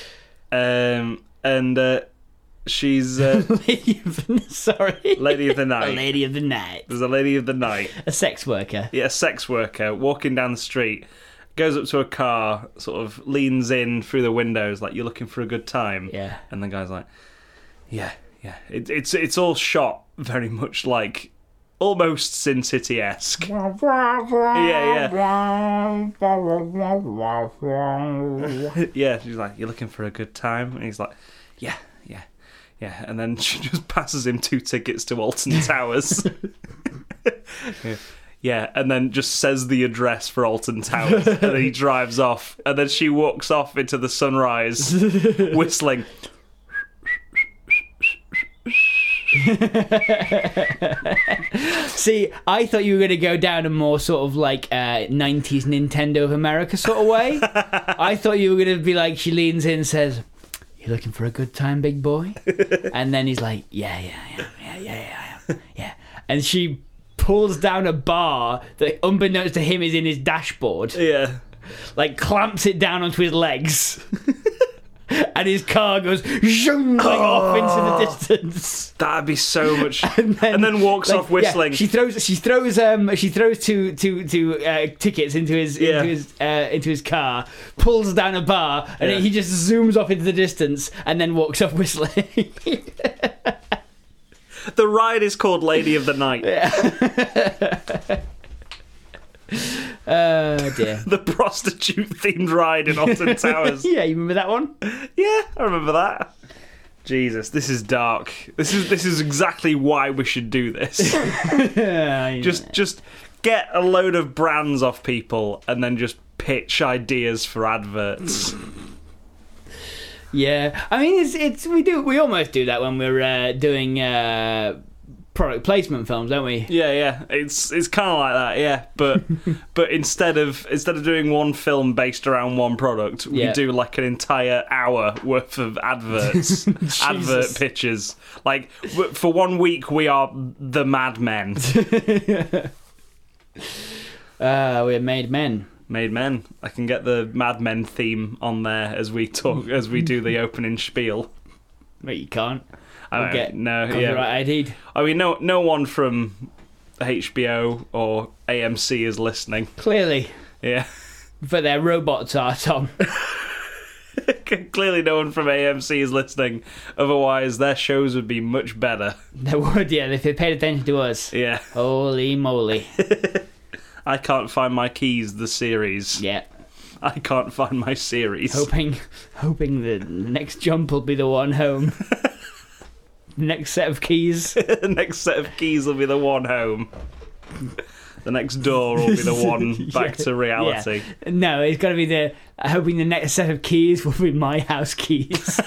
[SPEAKER 1] um, and uh, she's a
[SPEAKER 2] Lady of the- Sorry.
[SPEAKER 1] lady of the
[SPEAKER 2] A
[SPEAKER 1] night.
[SPEAKER 2] lady of the night.
[SPEAKER 1] There's a lady of the night.
[SPEAKER 2] A sex worker.
[SPEAKER 1] yeah, a sex worker walking down the street, goes up to a car, sort of leans in through the windows, like you're looking for a good time.
[SPEAKER 2] Yeah.
[SPEAKER 1] And the guy's like, yeah, yeah. It, it's it's all shot very much like almost Sin City esque. yeah, yeah. yeah. She's like, you're looking for a good time, and he's like, yeah, yeah. Yeah, and then she just passes him two tickets to Alton Towers. Yeah, and then just says the address for Alton Towers, and then he drives off, and then she walks off into the sunrise, whistling.
[SPEAKER 2] See, I thought you were going to go down a more sort of like uh, 90s Nintendo of America sort of way. I thought you were going to be like, she leans in and says, You looking for a good time, big boy? and then he's like, Yeah, yeah, yeah, yeah, yeah, yeah, I am. Yeah. And she pulls down a bar that, unbeknownst to him, is in his dashboard.
[SPEAKER 1] Yeah,
[SPEAKER 2] like clamps it down onto his legs, and his car goes zoom, like, off into the distance.
[SPEAKER 1] That'd be so much.
[SPEAKER 2] And then,
[SPEAKER 1] And then walks
[SPEAKER 2] like,
[SPEAKER 1] off whistling.
[SPEAKER 2] yeah, she throws she throws um she throws two two two uh, tickets into his
[SPEAKER 1] Yeah.
[SPEAKER 2] into his uh, into his car, pulls down a bar, and
[SPEAKER 1] Yeah.
[SPEAKER 2] he just zooms off into the distance and then walks off whistling.
[SPEAKER 1] the ride is called Lady of the Night.
[SPEAKER 2] oh dear.
[SPEAKER 1] The prostitute themed ride in Alton Towers.
[SPEAKER 2] Yeah, you remember that one?
[SPEAKER 1] Yeah, I remember that. Jesus, this is dark. This is this is exactly why we should do this.
[SPEAKER 2] Yeah,
[SPEAKER 1] just just get a load of brands off people and then just pitch ideas for adverts.
[SPEAKER 2] Yeah, I mean, it's it's we do we almost do that when we're uh, doing uh, product placement films, don't we?
[SPEAKER 1] yeah, yeah. It's it's kind of like that, yeah, but but instead of instead of doing one film based around one product, we
[SPEAKER 2] Yeah.
[SPEAKER 1] do like an entire hour worth of adverts, advert
[SPEAKER 2] Jesus.
[SPEAKER 1] pitches. Like w- for one week we are the Mad Men.
[SPEAKER 2] Uh, we're made men.
[SPEAKER 1] Made Men. I can get the Mad Men theme on there as we talk as we do the opening spiel.
[SPEAKER 2] But you can't.
[SPEAKER 1] I
[SPEAKER 2] We'll
[SPEAKER 1] don't
[SPEAKER 2] get
[SPEAKER 1] know. Yeah.
[SPEAKER 2] Copyright ID'd.
[SPEAKER 1] I mean, no, no one from HBO or AMC is listening.
[SPEAKER 2] Clearly,
[SPEAKER 1] Yeah,
[SPEAKER 2] but their robots are Tom.
[SPEAKER 1] clearly no one from AMC is listening. Otherwise, their shows would be much better.
[SPEAKER 2] they would, yeah, if they paid attention to us.
[SPEAKER 1] Yeah,
[SPEAKER 2] Holy moly!
[SPEAKER 1] I can't find my keys. The series.
[SPEAKER 2] Yeah,
[SPEAKER 1] I can't find my series.
[SPEAKER 2] hoping, hoping the next jump will be the one home. next set of keys.
[SPEAKER 1] the next set of keys will be the one home. The next door will be the one back
[SPEAKER 2] Yeah.
[SPEAKER 1] to reality.
[SPEAKER 2] No, it's got to be the. Hoping the next set of keys will be my house keys.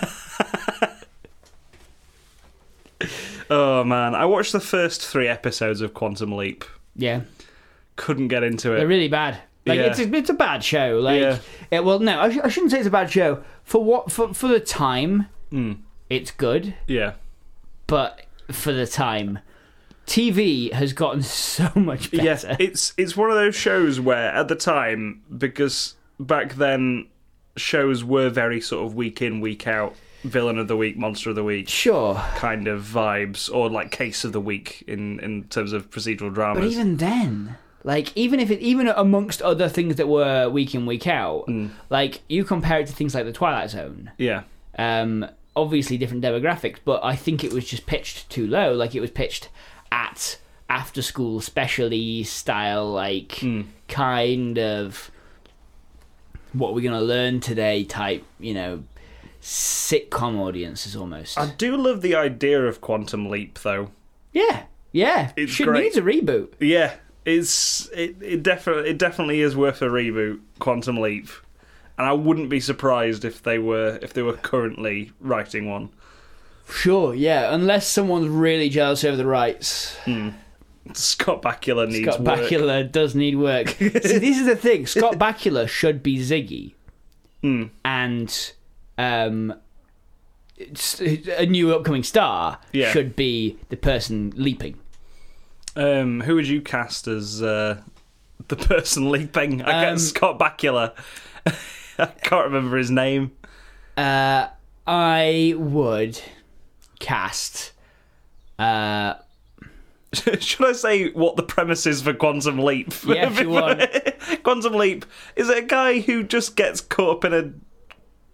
[SPEAKER 1] Oh man, I watched the first three episodes of Quantum Leap.
[SPEAKER 2] yeah.
[SPEAKER 1] Couldn't get into
[SPEAKER 2] They're
[SPEAKER 1] it.
[SPEAKER 2] really bad. Like
[SPEAKER 1] Yeah.
[SPEAKER 2] it's a, it's a bad show. Like
[SPEAKER 1] Yeah.
[SPEAKER 2] it- well, no, I, sh- I shouldn't say it's a bad show. For what for for the time,
[SPEAKER 1] Hmm.
[SPEAKER 2] it's good,
[SPEAKER 1] Yeah,
[SPEAKER 2] but for the time, TV has gotten so much better.
[SPEAKER 1] yeah. It's it's one of those shows where at the time, because back then shows were very sort of week in, week out, villain of the week, monster of the week
[SPEAKER 2] Sure,
[SPEAKER 1] kind of vibes, or like case of the week in in terms of procedural dramas.
[SPEAKER 2] but even then. Like even if it even amongst other things that were week in week out,
[SPEAKER 1] Hmm.
[SPEAKER 2] like you compare it to things like the Twilight Zone,
[SPEAKER 1] yeah,
[SPEAKER 2] um, obviously different demographics, but I think it was just pitched too low. Like it was pitched at after school, specially style, like
[SPEAKER 1] Hmm.
[SPEAKER 2] kind of what we're going to learn today type, you know, sitcom audiences almost.
[SPEAKER 1] I do love the idea of Quantum Leap though.
[SPEAKER 2] yeah, yeah.
[SPEAKER 1] It's
[SPEAKER 2] Should
[SPEAKER 1] great.
[SPEAKER 2] needs a reboot.
[SPEAKER 1] Yeah, it's it it definitely it definitely is worth a reboot, Quantum Leap, and I wouldn't be surprised if they were if they were currently writing one.
[SPEAKER 2] Sure, yeah. Unless someone's really jealous over the rights.
[SPEAKER 1] Scott Bakula needs
[SPEAKER 2] Scott
[SPEAKER 1] work.
[SPEAKER 2] Bakula does need work. See, this is the thing. Scott Bakula should be Ziggy,
[SPEAKER 1] Hmm.
[SPEAKER 2] and um, it's- a new upcoming star
[SPEAKER 1] Yeah.
[SPEAKER 2] should be the person leaping.
[SPEAKER 1] Um, who would you cast as uh, the person leaping? I
[SPEAKER 2] Um,
[SPEAKER 1] guess Scott Bakula. I can't remember his name.
[SPEAKER 2] Uh, I would cast. Uh,
[SPEAKER 1] Should I say what the premise is for Quantum Leap?
[SPEAKER 2] Yeah, if you want.
[SPEAKER 1] Quantum Leap is it a guy who just gets caught up in a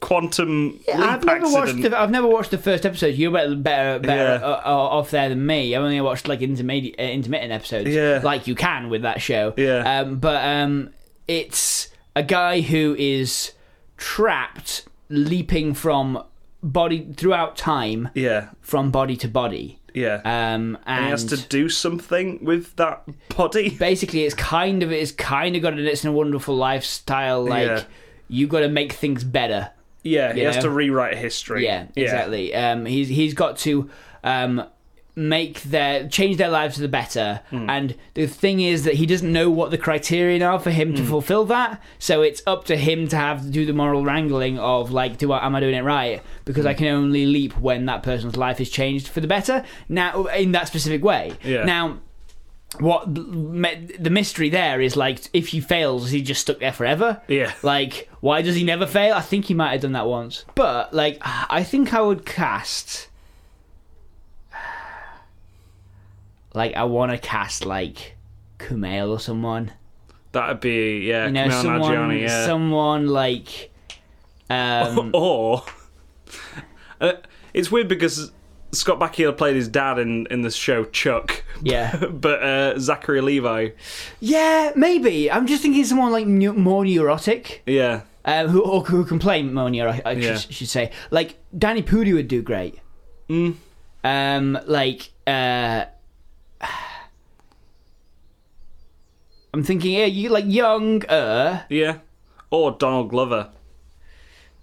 [SPEAKER 1] quantum leap
[SPEAKER 2] I've never
[SPEAKER 1] accident?
[SPEAKER 2] watched. The, I've never watched the first episode. You're better, better, better
[SPEAKER 1] Yeah.
[SPEAKER 2] o- o- off there than me. I've only watched like intermediate, uh, intermittent episodes.
[SPEAKER 1] Yeah.
[SPEAKER 2] like you can with that show.
[SPEAKER 1] Yeah.
[SPEAKER 2] Um, but um, it's a guy who is trapped, leaping from body throughout time,
[SPEAKER 1] Yeah,
[SPEAKER 2] from body to body.
[SPEAKER 1] yeah.
[SPEAKER 2] Um, and,
[SPEAKER 1] he has to do something with that body.
[SPEAKER 2] basically it's kind of it's kind of got an it's a wonderful lifestyle. Like
[SPEAKER 1] Yeah.
[SPEAKER 2] you got to make things better.
[SPEAKER 1] Yeah, he
[SPEAKER 2] you
[SPEAKER 1] has
[SPEAKER 2] know?
[SPEAKER 1] to rewrite history.
[SPEAKER 2] Yeah, exactly. Um, he's he's got to um, make their change their lives for the better. And the thing is that he doesn't know what the criterion are for him to fulfill that. So it's up to him to have to do the moral wrangling of like, do I am I doing it right? Because I can only leap when that person's life is changed for the better. Now in that specific way.
[SPEAKER 1] Yeah.
[SPEAKER 2] Now what the mystery there is like if he fails is he just stuck there forever
[SPEAKER 1] Yeah.
[SPEAKER 2] like why does he never fail i think he might have done that once but like i think i would cast like i want to cast like kumail or someone
[SPEAKER 1] That'd be yeah,
[SPEAKER 2] you know
[SPEAKER 1] Kumail
[SPEAKER 2] someone
[SPEAKER 1] Nanjiani, yeah.
[SPEAKER 2] someone like um
[SPEAKER 1] or uh, it's weird because Scott Bakula played his dad in in the show Chuck,
[SPEAKER 2] yeah
[SPEAKER 1] but uh, Zachary Levi,
[SPEAKER 2] yeah maybe i'm just thinking someone like neu- more neurotic
[SPEAKER 1] yeah,
[SPEAKER 2] um, who or who can play Monia, I, I
[SPEAKER 1] Yeah.
[SPEAKER 2] should, should say. Like Danny Pudi would do great.
[SPEAKER 1] Mm.
[SPEAKER 2] Um, like uh, I'm thinking, yeah, you like younger.
[SPEAKER 1] yeah, or Donald Glover.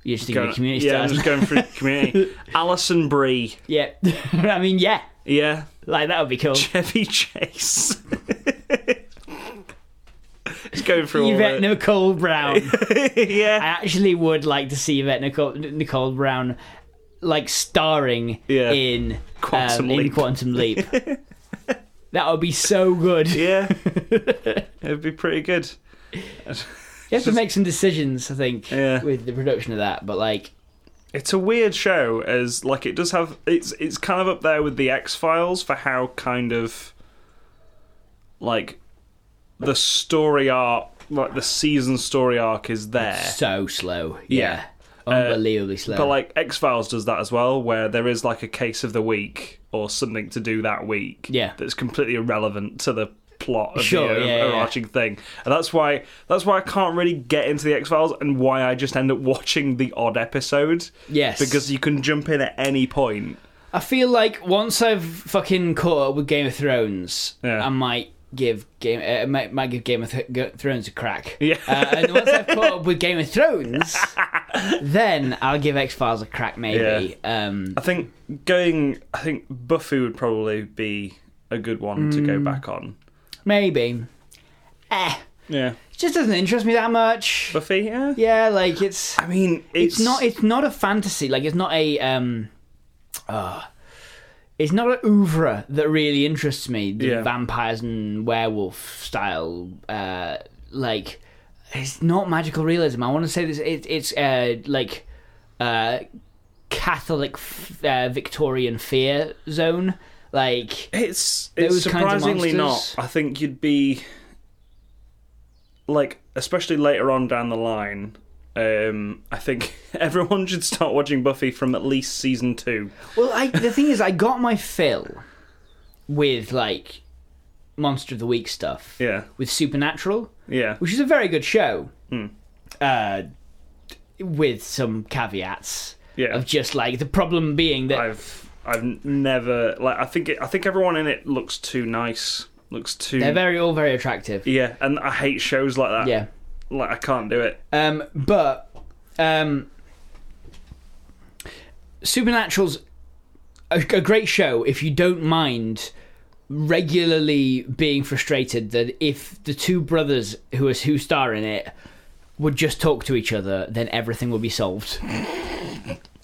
[SPEAKER 2] You're just thinking of
[SPEAKER 1] Going-
[SPEAKER 2] community
[SPEAKER 1] yeah, I'm
[SPEAKER 2] stars.
[SPEAKER 1] just going through community. Alison Brie,
[SPEAKER 2] yeah, I mean, yeah,
[SPEAKER 1] yeah,
[SPEAKER 2] like that would be cool.
[SPEAKER 1] Chevy Chase. It's going through all
[SPEAKER 2] Yvette
[SPEAKER 1] the...
[SPEAKER 2] Nicole Brown. I
[SPEAKER 1] yeah,
[SPEAKER 2] actually would like to see Yvette Nicole, Nicole Brown like starring
[SPEAKER 1] Yeah.
[SPEAKER 2] in
[SPEAKER 1] Quantum
[SPEAKER 2] um, in
[SPEAKER 1] Leap.
[SPEAKER 2] Quantum Leap. that would be so good.
[SPEAKER 1] yeah, it'd be pretty good.
[SPEAKER 2] You have to make some decisions, I think,
[SPEAKER 1] Yeah.
[SPEAKER 2] with the production of that. But like,
[SPEAKER 1] It's a weird show, as like it does have it's it's kind of up there with the X Files for how kind of like the story arc, like the season story arc, is there.
[SPEAKER 2] so slow.
[SPEAKER 1] Yeah. Uh,
[SPEAKER 2] Yeah, unbelievably slow.
[SPEAKER 1] But like X Files does that as well, where there is like a case of the week or something to do that week.
[SPEAKER 2] Yeah.
[SPEAKER 1] that's completely irrelevant to the plot of
[SPEAKER 2] Sure,
[SPEAKER 1] the
[SPEAKER 2] yeah, yeah.
[SPEAKER 1] overarching thing, and that's why that's why I can't really get into the X Files and why I just end up watching the odd episode
[SPEAKER 2] yes,
[SPEAKER 1] because you can jump in at any point.
[SPEAKER 2] I feel like once I've fucking caught up with Game of Thrones,
[SPEAKER 1] Yeah.
[SPEAKER 2] I might give Game uh, might, might give Game of Th- Go- Thrones a crack.
[SPEAKER 1] Yeah.
[SPEAKER 2] uh, and once I've caught up with Game of Thrones, then I'll give X Files a crack maybe. Um,
[SPEAKER 1] I think going, I think Buffy would probably be a good one to
[SPEAKER 2] Mm.
[SPEAKER 1] go back on.
[SPEAKER 2] maybe. Eh,
[SPEAKER 1] Yeah,
[SPEAKER 2] it just doesn't interest me that much.
[SPEAKER 1] Buffy. Yeah,
[SPEAKER 2] Yeah, like it's.
[SPEAKER 1] I mean, it's,
[SPEAKER 2] it's not it's not a fantasy like it's not a um ah, it's not an oeuvre that really interests me the
[SPEAKER 1] Yeah.
[SPEAKER 2] vampires and werewolf style uh like it's not magical realism i want to say this it, it's uh like uh catholic f- uh, victorian fear zone like
[SPEAKER 1] It's it's
[SPEAKER 2] Those kinds of
[SPEAKER 1] surprisingly not.
[SPEAKER 2] monsters.
[SPEAKER 1] I think you'd be like, especially later on down the line. Um, I think everyone should start watching Buffy from at least season two.
[SPEAKER 2] Well, I, the thing is, I got my fill with like Monster of the Week stuff,
[SPEAKER 1] Yeah,
[SPEAKER 2] with Supernatural,
[SPEAKER 1] yeah,
[SPEAKER 2] which is a very good show,
[SPEAKER 1] Hmm.
[SPEAKER 2] uh, with some caveats
[SPEAKER 1] yeah.
[SPEAKER 2] of just like the problem being that
[SPEAKER 1] I've I've never like I think it, I think everyone in it looks too nice, looks too
[SPEAKER 2] they're very all very attractive.
[SPEAKER 1] yeah, and I hate shows like that.
[SPEAKER 2] Yeah,
[SPEAKER 1] like I can't do it.
[SPEAKER 2] um, but um, Supernatural's a, a great show if you don't mind regularly being frustrated that if the two brothers who is who star in it would just talk to each other, then everything would be solved.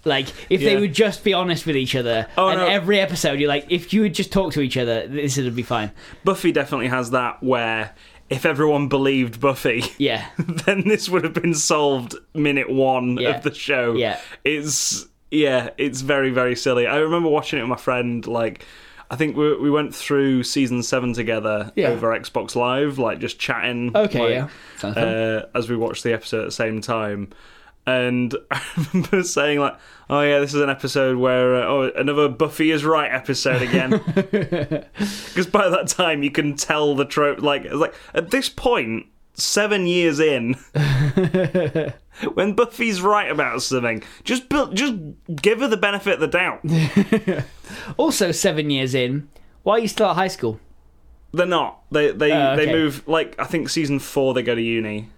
[SPEAKER 2] Like if they
[SPEAKER 1] Yeah.
[SPEAKER 2] would just be honest with each other,
[SPEAKER 1] Oh,
[SPEAKER 2] and
[SPEAKER 1] no.
[SPEAKER 2] every episode you're like, if you would just talk to each other, this would be fine.
[SPEAKER 1] Buffy definitely has that where if everyone believed Buffy,
[SPEAKER 2] Yeah,
[SPEAKER 1] then this would have been solved minute one
[SPEAKER 2] Yeah.
[SPEAKER 1] of the show.
[SPEAKER 2] Yeah.
[SPEAKER 1] It's yeah, it's very very silly. I remember watching it with my friend like. I think we, we went through season seven together
[SPEAKER 2] Yeah.
[SPEAKER 1] over Xbox Live, like just chatting.
[SPEAKER 2] okay,
[SPEAKER 1] like,
[SPEAKER 2] yeah, sounds fun.
[SPEAKER 1] uh, as we watched the episode at the same time. And I remember saying like, "Oh yeah, this is an episode where uh, oh another Buffy is right episode again." Because by that time you can tell the trope. Like it's like at this point, seven years in, when Buffy's right about something, just bu- just give her the benefit of the doubt.
[SPEAKER 2] Also, seven years in, why are you still at high school?
[SPEAKER 1] They're not. They they
[SPEAKER 2] Oh,
[SPEAKER 1] they
[SPEAKER 2] okay.
[SPEAKER 1] move like I think season four they go to uni.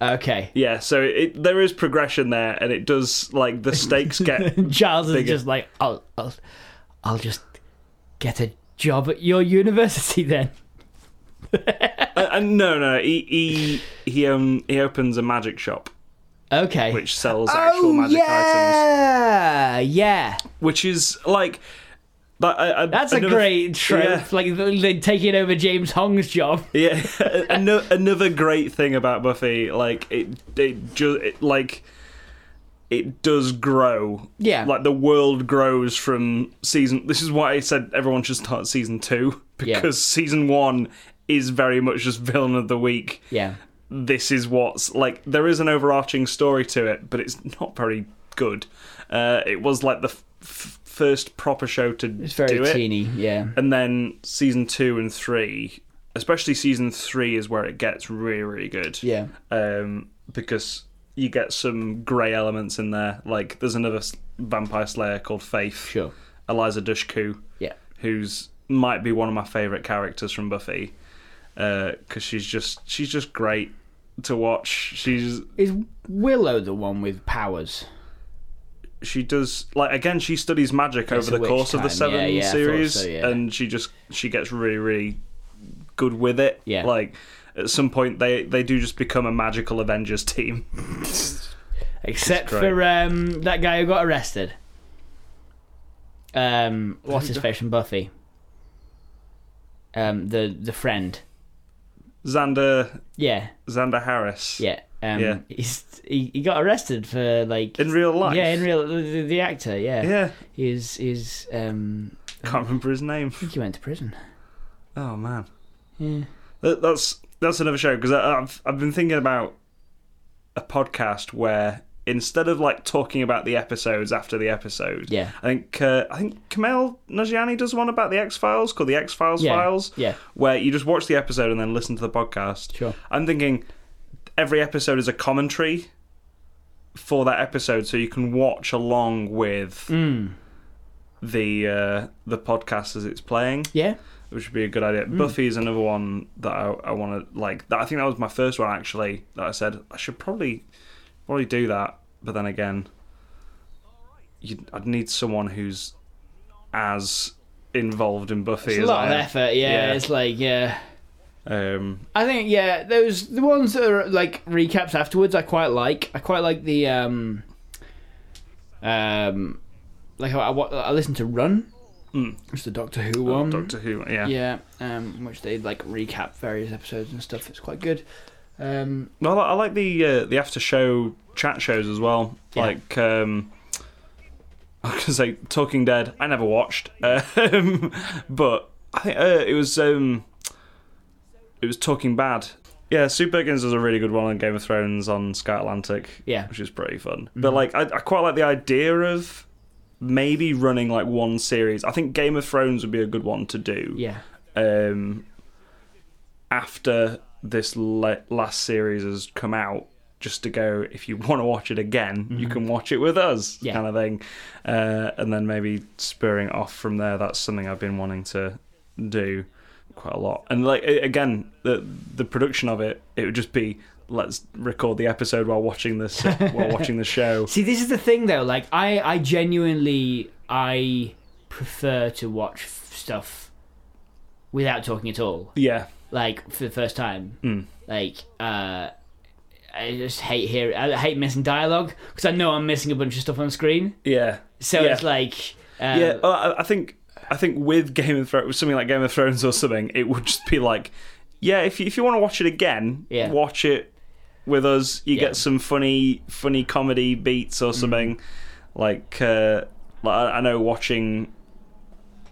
[SPEAKER 2] Okay.
[SPEAKER 1] Yeah, so it there is progression there, and it does like the stakes get
[SPEAKER 2] Giles is
[SPEAKER 1] Bigger.
[SPEAKER 2] just like, I'll, I'll, I'll just get a job at your university then.
[SPEAKER 1] Uh, uh, no, no, he he he, um, he opens a magic shop
[SPEAKER 2] Okay.
[SPEAKER 1] which sells actual
[SPEAKER 2] oh
[SPEAKER 1] magic items,
[SPEAKER 2] yeah, yeah,
[SPEAKER 1] which is like That, I, I-
[SPEAKER 2] That's a
[SPEAKER 1] another-
[SPEAKER 2] great trope.
[SPEAKER 1] Yeah.
[SPEAKER 2] Like they taking over James Hong's job.
[SPEAKER 1] Yeah, another, another great thing about Buffy, like it, it just it, like it does grow.
[SPEAKER 2] Yeah.
[SPEAKER 1] like the world grows from season. This is why I said everyone should start season two
[SPEAKER 2] Yeah.
[SPEAKER 1] because season one is very much just villain of the week.
[SPEAKER 2] Yeah.
[SPEAKER 1] This is what's like. There is an overarching story to it, but it's not very good. Uh, it was like the f- f- first proper show to
[SPEAKER 2] It's very
[SPEAKER 1] do it
[SPEAKER 2] teeny. Yeah.
[SPEAKER 1] and then season two and three, especially season three, is where it gets really, really good.
[SPEAKER 2] Yeah.
[SPEAKER 1] Um, because you get some grey elements in there. Like there's another s- vampire slayer called Faith.
[SPEAKER 2] Sure.
[SPEAKER 1] Eliza Dushku.
[SPEAKER 2] Yeah.
[SPEAKER 1] Who's might be one of my favourite characters from Buffy. Because she's just she's just great to watch. She's
[SPEAKER 2] Is Willow the one with powers?
[SPEAKER 1] she does like again she studies magic
[SPEAKER 2] It's
[SPEAKER 1] over
[SPEAKER 2] a
[SPEAKER 1] the
[SPEAKER 2] witch
[SPEAKER 1] course of the
[SPEAKER 2] time.
[SPEAKER 1] seven
[SPEAKER 2] Yeah, yeah, I thought
[SPEAKER 1] series
[SPEAKER 2] so, yeah.
[SPEAKER 1] and she just she gets really really good with it
[SPEAKER 2] Yeah.
[SPEAKER 1] like at some point they they do just become a magical avengers team
[SPEAKER 2] Except
[SPEAKER 1] great.
[SPEAKER 2] for um, that guy who got arrested. Um, what's his face from Buffy? Um, the the friend.
[SPEAKER 1] xander
[SPEAKER 2] Yeah.
[SPEAKER 1] xander harris
[SPEAKER 2] Yeah. Um,
[SPEAKER 1] Yeah.
[SPEAKER 2] He's, he, he got arrested for like.
[SPEAKER 1] in real life
[SPEAKER 2] Yeah, in real the, the, the actor. Yeah.
[SPEAKER 1] yeah
[SPEAKER 2] He's he's um.
[SPEAKER 1] can't remember his name
[SPEAKER 2] I think he went to prison.
[SPEAKER 1] oh man
[SPEAKER 2] Yeah.
[SPEAKER 1] That- that's that's another show because I've I've been thinking about a podcast where instead of like talking about the episodes after the episode,
[SPEAKER 2] Yeah.
[SPEAKER 1] I think uh, I think Kamel Najiani does one about the X Files called the X Files
[SPEAKER 2] Yeah,
[SPEAKER 1] Files,
[SPEAKER 2] yeah.
[SPEAKER 1] where you just watch the episode and then listen to the podcast.
[SPEAKER 2] Sure.
[SPEAKER 1] I'm thinking every episode is a commentary for that episode, so you can watch along with.
[SPEAKER 2] Hmm.
[SPEAKER 1] The uh, the podcast as it's playing,
[SPEAKER 2] Yeah.
[SPEAKER 1] which would be a good idea.
[SPEAKER 2] Hmm.
[SPEAKER 1] Buffy is another one that I, I want to like. That, I think that was my first one actually. That I said I should probably probably do that, but then again, you, I'd need someone who's as involved in Buffy
[SPEAKER 2] It's a
[SPEAKER 1] as
[SPEAKER 2] lot
[SPEAKER 1] I
[SPEAKER 2] of
[SPEAKER 1] am.
[SPEAKER 2] effort. Yeah,
[SPEAKER 1] Yeah.
[SPEAKER 2] It's like yeah.
[SPEAKER 1] Um,
[SPEAKER 2] I think yeah, those the ones that are like recaps afterwards. I quite like. I quite like the um, um, like I, I, wa- I listened to Run,
[SPEAKER 1] Mm.
[SPEAKER 2] which is the Doctor Who one.
[SPEAKER 1] Oh, Doctor Who, yeah.
[SPEAKER 2] Yeah, um, which they like recap various episodes and stuff. It's quite good. Um,
[SPEAKER 1] Well, I like the uh, the after show chat shows as well.
[SPEAKER 2] Yeah.
[SPEAKER 1] Like, um, I was gonna say Talking Dead. I never watched, um, but I think uh, it was um, it was Talking Bad. Yeah, Sue Perkins does a really good one on Game of Thrones on Sky Atlantic,
[SPEAKER 2] yeah, Mm-hmm.
[SPEAKER 1] which is pretty fun. But like, I, I quite like the idea of maybe running like one series. I think Game of Thrones would be a good one to do
[SPEAKER 2] yeah,
[SPEAKER 1] um, after this le- last series has come out, just to go, if you want to watch it again, you can watch it with us,
[SPEAKER 2] Mm-hmm. Yeah.
[SPEAKER 1] kind of thing. Uh, and then maybe spurring off from there, that's something I've been wanting to do quite a lot. And like a- again, the the production of it, it would just be let's record the episode while watching this while watching the show.
[SPEAKER 2] See, this is the thing though. Like, I, I genuinely, I prefer to watch f- stuff without talking at all.
[SPEAKER 1] Yeah,
[SPEAKER 2] Like for the first time.
[SPEAKER 1] Mm.
[SPEAKER 2] Like, uh, I just hate hearing. I hate missing dialogue because I know I'm missing a bunch of stuff on screen.
[SPEAKER 1] yeah.
[SPEAKER 2] So
[SPEAKER 1] Yeah.
[SPEAKER 2] it's like, um,
[SPEAKER 1] Yeah, well, I- I think I think with Game of Thrones, something like Game of Thrones or something, it would just be like, yeah, if you, if you want to watch it again,
[SPEAKER 2] Yeah.
[SPEAKER 1] watch it with us. You
[SPEAKER 2] Yeah.
[SPEAKER 1] get some funny funny comedy beats or something. Like, uh, like I I know watching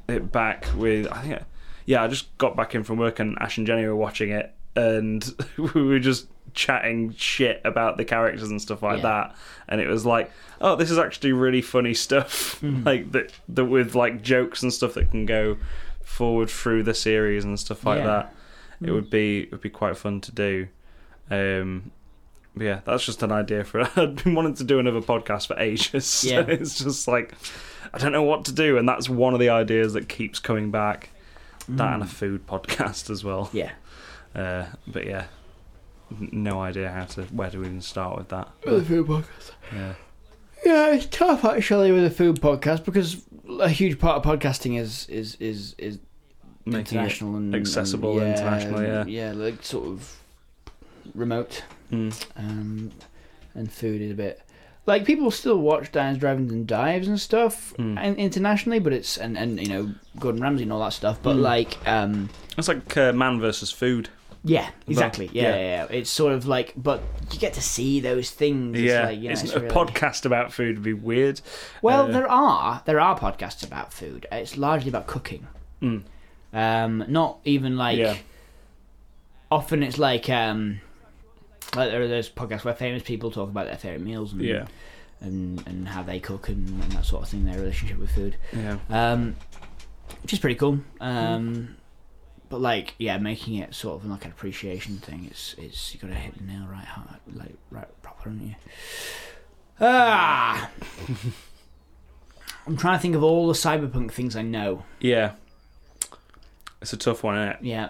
[SPEAKER 1] it back with I think yeah, I just got back in from work and Ash and Jenny were watching it and we were just chatting shit about the characters and stuff like
[SPEAKER 2] Yeah.
[SPEAKER 1] that and it was like oh this is actually really funny stuff
[SPEAKER 2] Hmm.
[SPEAKER 1] like that that with like jokes and stuff that can go forward through the series and stuff like
[SPEAKER 2] Yeah. Hmm.
[SPEAKER 1] that it would be it would be quite fun to do um but yeah that's just an idea for i've been wanting to do another podcast for ages
[SPEAKER 2] Yeah.
[SPEAKER 1] it's just like i don't know what to do and that's one of the ideas that keeps coming back that
[SPEAKER 2] Mm.
[SPEAKER 1] and a food podcast as well
[SPEAKER 2] yeah.
[SPEAKER 1] uh but yeah N- no idea how to where to even start with that
[SPEAKER 2] The food podcast.
[SPEAKER 1] yeah
[SPEAKER 2] Yeah, it's tough actually with a food podcast because a huge part of podcasting is is is is
[SPEAKER 1] making it
[SPEAKER 2] international and
[SPEAKER 1] accessible
[SPEAKER 2] and,
[SPEAKER 1] international, yeah.
[SPEAKER 2] yeah, like sort of remote,
[SPEAKER 1] Mm.
[SPEAKER 2] um, and food is a bit. like people still watch Dimes, Drivings, and Dives and stuff
[SPEAKER 1] Hmm.
[SPEAKER 2] and internationally, but it's and and you know Gordon Ramsay and all that stuff.
[SPEAKER 1] Hmm.
[SPEAKER 2] But like, um,
[SPEAKER 1] It's like uh, man versus food.
[SPEAKER 2] yeah, exactly, yeah,
[SPEAKER 1] yeah.
[SPEAKER 2] yeah, yeah. It's sort of like, but you get to see those things.
[SPEAKER 1] yeah,
[SPEAKER 2] it's, like, you know,
[SPEAKER 1] It's-
[SPEAKER 2] it's
[SPEAKER 1] a
[SPEAKER 2] really-
[SPEAKER 1] podcast about food would be weird.
[SPEAKER 2] Well,
[SPEAKER 1] Uh,
[SPEAKER 2] there are there are podcasts about food. It's largely about cooking.
[SPEAKER 1] Mm.
[SPEAKER 2] Um, not even like.
[SPEAKER 1] Yeah.
[SPEAKER 2] Often it's like um, like there are those podcasts where famous people talk about their favorite meals and
[SPEAKER 1] yeah,
[SPEAKER 2] and, and how they cook and, and that sort of thing. Their relationship with food,
[SPEAKER 1] yeah,
[SPEAKER 2] um, which is pretty cool. Um, But like, yeah, making it sort of like an appreciation thing. It's it's you got to hit the nail right hard, like right proper, haven't you? Ah. I'm trying to think of all the cyberpunk things I know.
[SPEAKER 1] yeah. It's a tough one, isn't it?
[SPEAKER 2] Yeah.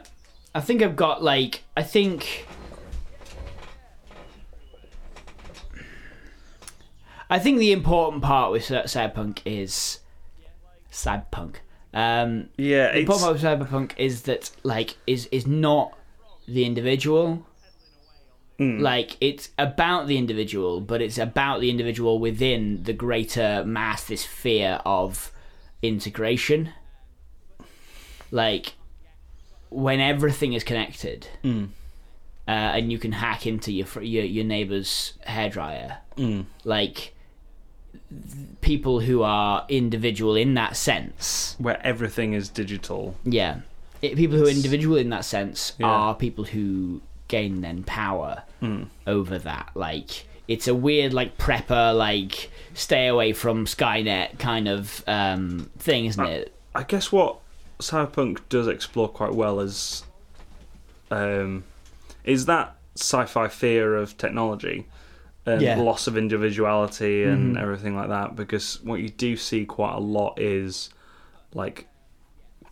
[SPEAKER 2] I think I've got like I think I think the important part with cy- cyberpunk is cyberpunk. Um
[SPEAKER 1] Yeah,
[SPEAKER 2] the
[SPEAKER 1] it's,
[SPEAKER 2] problem with cyberpunk is that like is is not the individual.
[SPEAKER 1] Mm.
[SPEAKER 2] Like it's about the individual, but it's about the individual within the greater mass. This fear of integration, like when everything is connected,
[SPEAKER 1] Mm.
[SPEAKER 2] uh, and you can hack into your fr- your, your neighbor's hairdryer,
[SPEAKER 1] Mm.
[SPEAKER 2] like th- people who are individual in that sense
[SPEAKER 1] where everything is digital.
[SPEAKER 2] yeah. It, people who are individual in that sense
[SPEAKER 1] Yeah. Hmm.
[SPEAKER 2] are people who gain then power over that. Like, it's a weird, like, prepper, like, stay away from Skynet kind of um, thing, isn't
[SPEAKER 1] Uh.
[SPEAKER 2] it?
[SPEAKER 1] I guess what cyberpunk does explore quite well is um, is that sci-fi fear of technology and
[SPEAKER 2] Yeah. Mm-hmm.
[SPEAKER 1] loss of individuality and everything like that. Because what you do see quite a lot is like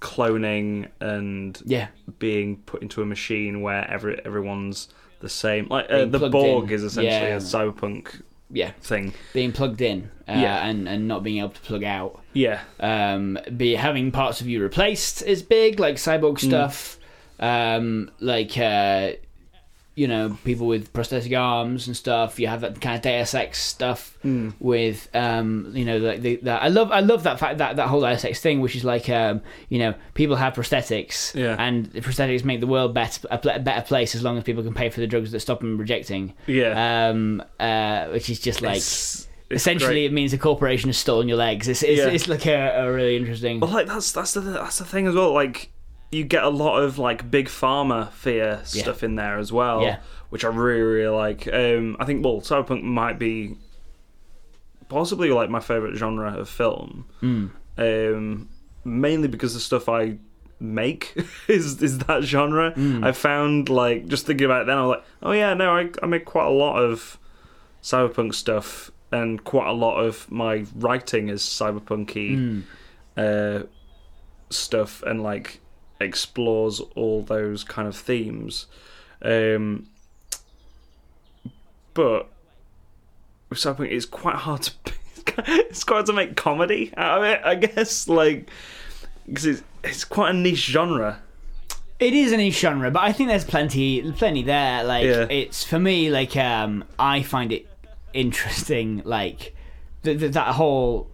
[SPEAKER 1] cloning and
[SPEAKER 2] Yeah.
[SPEAKER 1] being put into a machine where every everyone's the same. Like uh,
[SPEAKER 2] Being
[SPEAKER 1] the
[SPEAKER 2] plugged
[SPEAKER 1] Borg
[SPEAKER 2] in.
[SPEAKER 1] is essentially
[SPEAKER 2] Yeah.
[SPEAKER 1] a cyberpunk
[SPEAKER 2] Yeah.
[SPEAKER 1] thing.
[SPEAKER 2] Being plugged in uh,
[SPEAKER 1] Yeah.
[SPEAKER 2] and, and not being able to plug out.
[SPEAKER 1] Yeah,
[SPEAKER 2] um, be having parts of you replaced is big, like cyborg
[SPEAKER 1] Mm.
[SPEAKER 2] stuff, um, like uh, you know people with prosthetic arms and stuff. You have that kind of Deus Ex stuff
[SPEAKER 1] Mm.
[SPEAKER 2] with um, you know like the, the I love I love that fact that that whole Deus Ex thing, which is like um, you know people have prosthetics,
[SPEAKER 1] Yeah.
[SPEAKER 2] and the prosthetics make the world better a pl- better place as long as people can pay for the drugs that stop them rejecting.
[SPEAKER 1] yeah.
[SPEAKER 2] Um, uh, which is just like.
[SPEAKER 1] It's- it's
[SPEAKER 2] Essentially,
[SPEAKER 1] great.
[SPEAKER 2] it means a corporation has stolen your legs. It's it's,
[SPEAKER 1] Yeah.
[SPEAKER 2] it's like a, a really interesting.
[SPEAKER 1] Well, like that's that's the that's the thing as well. Like you get a lot of like big pharma fear
[SPEAKER 2] Yeah.
[SPEAKER 1] stuff in there as well,
[SPEAKER 2] Yeah.
[SPEAKER 1] which I really really like. Um, I think well, cyberpunk might be possibly like my favorite genre of film, um, mainly because the stuff I make is is that genre. I found like just thinking about it then, I was like, oh yeah, no, I I make quite a lot of cyberpunk stuff. And quite a lot of my writing is cyberpunky, uh, stuff and like explores all those kind of themes. Um, but with cyberpunk, it's quite hard to it's quite hard to make comedy out of it. I guess like because it's it's quite a niche genre.
[SPEAKER 2] It is a niche genre, but I think there's plenty, plenty there. Like
[SPEAKER 1] Yeah.
[SPEAKER 2] it's for me, like um, I find it interesting, like th- th- that whole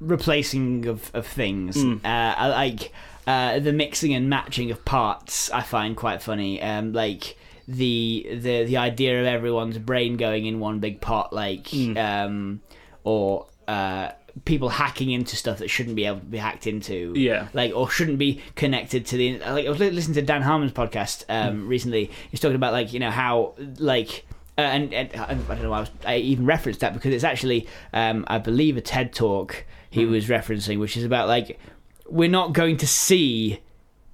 [SPEAKER 2] replacing of of things,
[SPEAKER 1] Hmm.
[SPEAKER 2] uh, I like uh, the mixing and matching of parts. I find quite funny, um, like the the the idea of everyone's brain going in one big pot, like
[SPEAKER 1] Hmm.
[SPEAKER 2] um, or. Uh, people hacking into stuff that shouldn't be able to be hacked into
[SPEAKER 1] Yeah.
[SPEAKER 2] like or shouldn't be connected to the like I was li- listening to Dan Harmon's podcast um, recently. He's talking about like you know how like. Uh, and, and I don't know why I, was, I even referenced that because it's actually, um, I believe, a TED talk he was referencing, which is about like we're not going to see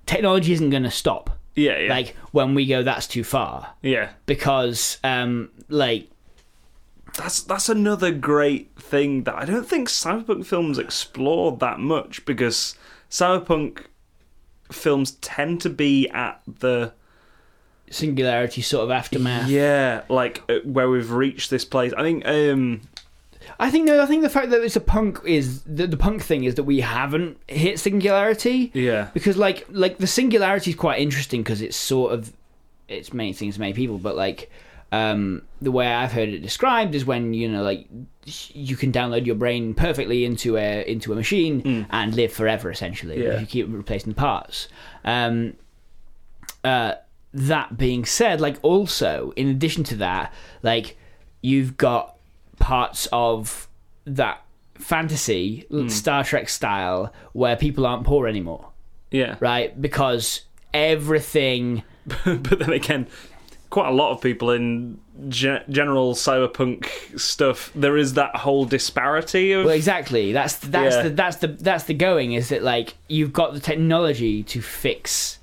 [SPEAKER 2] technology isn't going to stop.
[SPEAKER 1] Yeah, yeah,
[SPEAKER 2] Like when we go, that's too far
[SPEAKER 1] yeah.
[SPEAKER 2] because um, like
[SPEAKER 1] That's that's another great thing that I don't think cyberpunk films explore that much because cyberpunk films tend to be at the
[SPEAKER 2] singularity sort of aftermath.
[SPEAKER 1] Yeah, like uh, where we've reached this place. I think um
[SPEAKER 2] I think no. I think the fact that it's a punk is the, the punk thing is that we haven't hit singularity.
[SPEAKER 1] yeah.
[SPEAKER 2] because like like the singularity is quite interesting because it's sort of it's many things many people but like um, the way I've heard it described is when you know, like, you can download your brain perfectly into a into a machine and live forever, essentially.
[SPEAKER 1] Hmm. Yeah.
[SPEAKER 2] If you keep replacing parts. Um, uh, that being said, like, also in addition to that, like, you've got parts of that fantasy Star Trek style where people aren't poor anymore,
[SPEAKER 1] Yeah.
[SPEAKER 2] right? Because everything
[SPEAKER 1] but then again, quite a lot of people in ge- general cyberpunk stuff, there is that whole disparity of
[SPEAKER 2] Well, exactly. That's that's
[SPEAKER 1] Yeah.
[SPEAKER 2] the that's the that's the going is that like you've got the technology to fix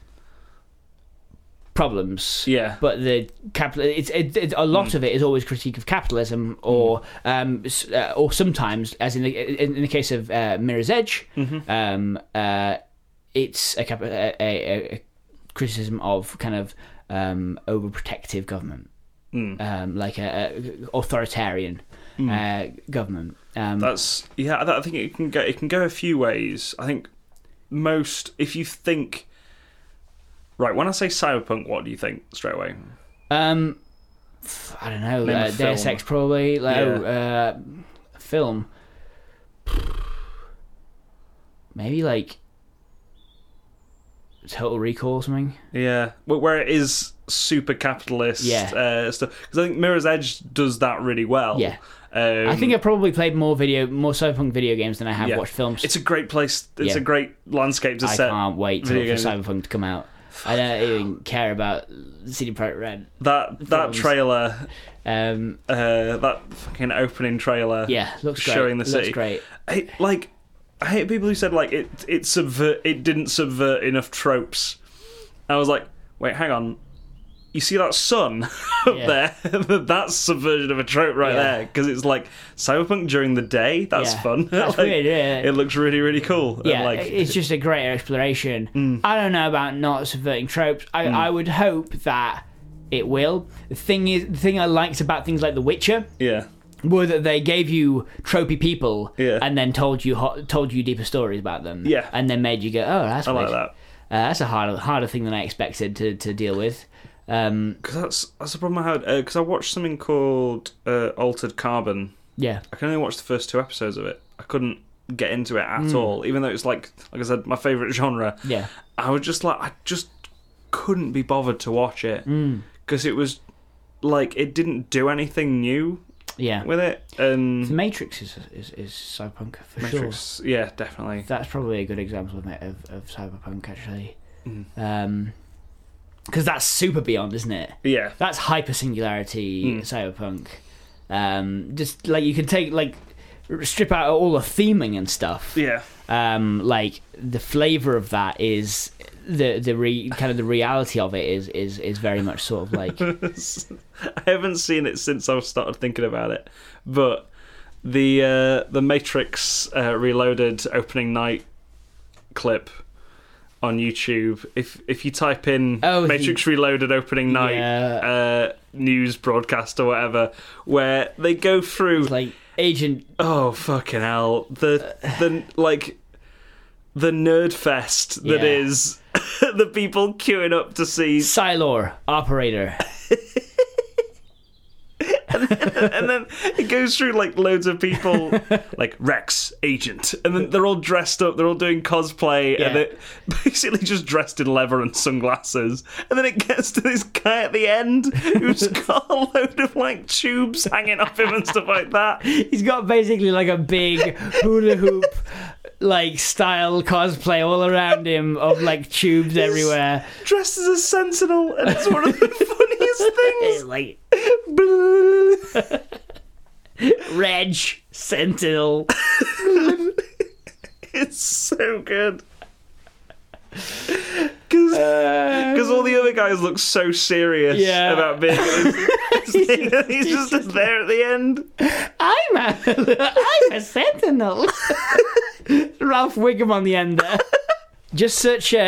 [SPEAKER 2] problems.
[SPEAKER 1] Yeah. Hmm.
[SPEAKER 2] But the capital, it's, it, it, a lot of it is always critique of capitalism, or um, s- uh, or sometimes, as in the in, in the case of uh, Mirror's Edge,
[SPEAKER 1] Mm-hmm.
[SPEAKER 2] um, uh, it's a, cap- a, a, a criticism of kind of um, overprotective government,
[SPEAKER 1] Hmm.
[SPEAKER 2] um, like a, a authoritarian uh, government. Um,
[SPEAKER 1] that's yeah. I I think it can go. It can go a few ways. I think most if you think right when I say cyberpunk, what do you think straight away?
[SPEAKER 2] Um, f- I don't know.
[SPEAKER 1] Name a
[SPEAKER 2] Uh, Deus
[SPEAKER 1] film.
[SPEAKER 2] Ex probably. Like, oh, uh, film. Maybe like Total Recall or something.
[SPEAKER 1] Yeah, where where it is super capitalist
[SPEAKER 2] Yeah.
[SPEAKER 1] uh, stuff. Because I think Mirror's Edge does that really well.
[SPEAKER 2] Yeah.
[SPEAKER 1] Um,
[SPEAKER 2] I think I probably played more video, more cyberpunk video games than I have
[SPEAKER 1] yeah.
[SPEAKER 2] watched films.
[SPEAKER 1] It's a great place. It's
[SPEAKER 2] Yeah.
[SPEAKER 1] a great landscape to
[SPEAKER 2] I
[SPEAKER 1] set.
[SPEAKER 2] can't wait till
[SPEAKER 1] video
[SPEAKER 2] for Cyberpunk to come out. I don't even care about CD Projekt Red.
[SPEAKER 1] That that
[SPEAKER 2] films.
[SPEAKER 1] trailer,
[SPEAKER 2] Um,
[SPEAKER 1] uh, that fucking opening trailer.
[SPEAKER 2] yeah, looks great.
[SPEAKER 1] Showing the
[SPEAKER 2] looks
[SPEAKER 1] city.
[SPEAKER 2] great.
[SPEAKER 1] I, like I hate people who said like it it subvert it didn't subvert enough tropes. I was like, wait, hang on. You see that sun up
[SPEAKER 2] Yeah.
[SPEAKER 1] there? that's subversion of a trope right
[SPEAKER 2] Yeah.
[SPEAKER 1] there because it's like cyberpunk during the day. That's
[SPEAKER 2] Yeah.
[SPEAKER 1] fun.
[SPEAKER 2] That's
[SPEAKER 1] Like,
[SPEAKER 2] weird, yeah.
[SPEAKER 1] It looks really really cool.
[SPEAKER 2] yeah,
[SPEAKER 1] and like Mm.
[SPEAKER 2] it's just a greater exploration. I don't know about not subverting tropes. I, I would hope that it will. The thing is, the thing I liked about things like The Witcher
[SPEAKER 1] yeah,
[SPEAKER 2] were that they gave you tropey people
[SPEAKER 1] Yeah.
[SPEAKER 2] and then told you ho- told you deeper stories about them.
[SPEAKER 1] Yeah.
[SPEAKER 2] and then made you go, oh, that's
[SPEAKER 1] I like
[SPEAKER 2] weird.
[SPEAKER 1] that
[SPEAKER 2] Uh, that's a harder harder thing than I expected to, to deal with. Um,
[SPEAKER 1] because that's that's the problem I had because I watched something called uh, Altered Carbon.
[SPEAKER 2] yeah,
[SPEAKER 1] I can only watch the first two episodes of it. I couldn't get into it at all, even though it's like like I said, my favorite genre.
[SPEAKER 2] Hmm. yeah,
[SPEAKER 1] I was just like, I just couldn't be bothered to watch it
[SPEAKER 2] Hmm.
[SPEAKER 1] because it was like it didn't do anything new
[SPEAKER 2] yeah.
[SPEAKER 1] with it. And
[SPEAKER 2] the Matrix is is, is cyberpunk for sure.
[SPEAKER 1] Matrix, yeah, definitely.
[SPEAKER 2] That's probably a good example of it, of, of cyberpunk actually,
[SPEAKER 1] Mm.
[SPEAKER 2] because that's super beyond, isn't it?
[SPEAKER 1] Yeah,
[SPEAKER 2] That's hyper singularity
[SPEAKER 1] Mm.
[SPEAKER 2] cyberpunk. Um, just like you can take like r- strip out all the theming and stuff.
[SPEAKER 1] yeah,
[SPEAKER 2] Um, like the flavor of that is the the re, kind of the reality of it is is is very much sort of like
[SPEAKER 1] I haven't seen it since I've started thinking about it, but the uh, the Matrix uh, Reloaded opening night clip on YouTube. If if you type in
[SPEAKER 2] Oh, the-
[SPEAKER 1] Matrix Reloaded opening night
[SPEAKER 2] Yeah.
[SPEAKER 1] uh, news broadcast or whatever, where they go through
[SPEAKER 2] like agent
[SPEAKER 1] oh fucking hell the the like the nerd fest that
[SPEAKER 2] Yeah.
[SPEAKER 1] is the people queuing up to see
[SPEAKER 2] Silor operator.
[SPEAKER 1] and then it goes through like loads of people like rex agent and then they're all dressed up they're all doing cosplay and
[SPEAKER 2] Yeah.
[SPEAKER 1] it basically just dressed in leather and sunglasses and then it gets to this guy at the end who's got a load of like tubes hanging off him and stuff like that
[SPEAKER 2] He's got basically like a big hula hoop like style cosplay all around him of like tubes everywhere.
[SPEAKER 1] dressed as a sentinel and it's one of the funniest
[SPEAKER 2] It's
[SPEAKER 1] things
[SPEAKER 2] like Reg Sentinel.
[SPEAKER 1] It's so good. Because
[SPEAKER 2] Uh,
[SPEAKER 1] all the other guys look so serious
[SPEAKER 2] Yeah.
[SPEAKER 1] about being. he's, just, there at the end.
[SPEAKER 2] I'm a I'm a Sentinel. Ralph Wiggum on the end there. Just search uh, uh,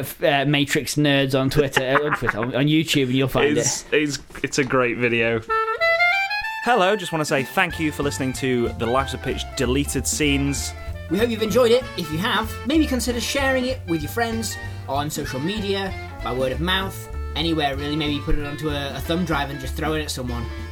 [SPEAKER 2] f- uh, Matrix Nerds on Twitter, uh, on, Twitter on, on YouTube, and you'll find it.
[SPEAKER 1] It's, it's, it's a great video.
[SPEAKER 3] Hello, just want to say thank you for listening to the Lives of Pitch deleted scenes.
[SPEAKER 4] We hope you've enjoyed it. If you have, maybe consider sharing it with your friends on social media, by word of mouth,
[SPEAKER 2] anywhere really. Maybe put it onto a, a thumb drive and just throw it at someone.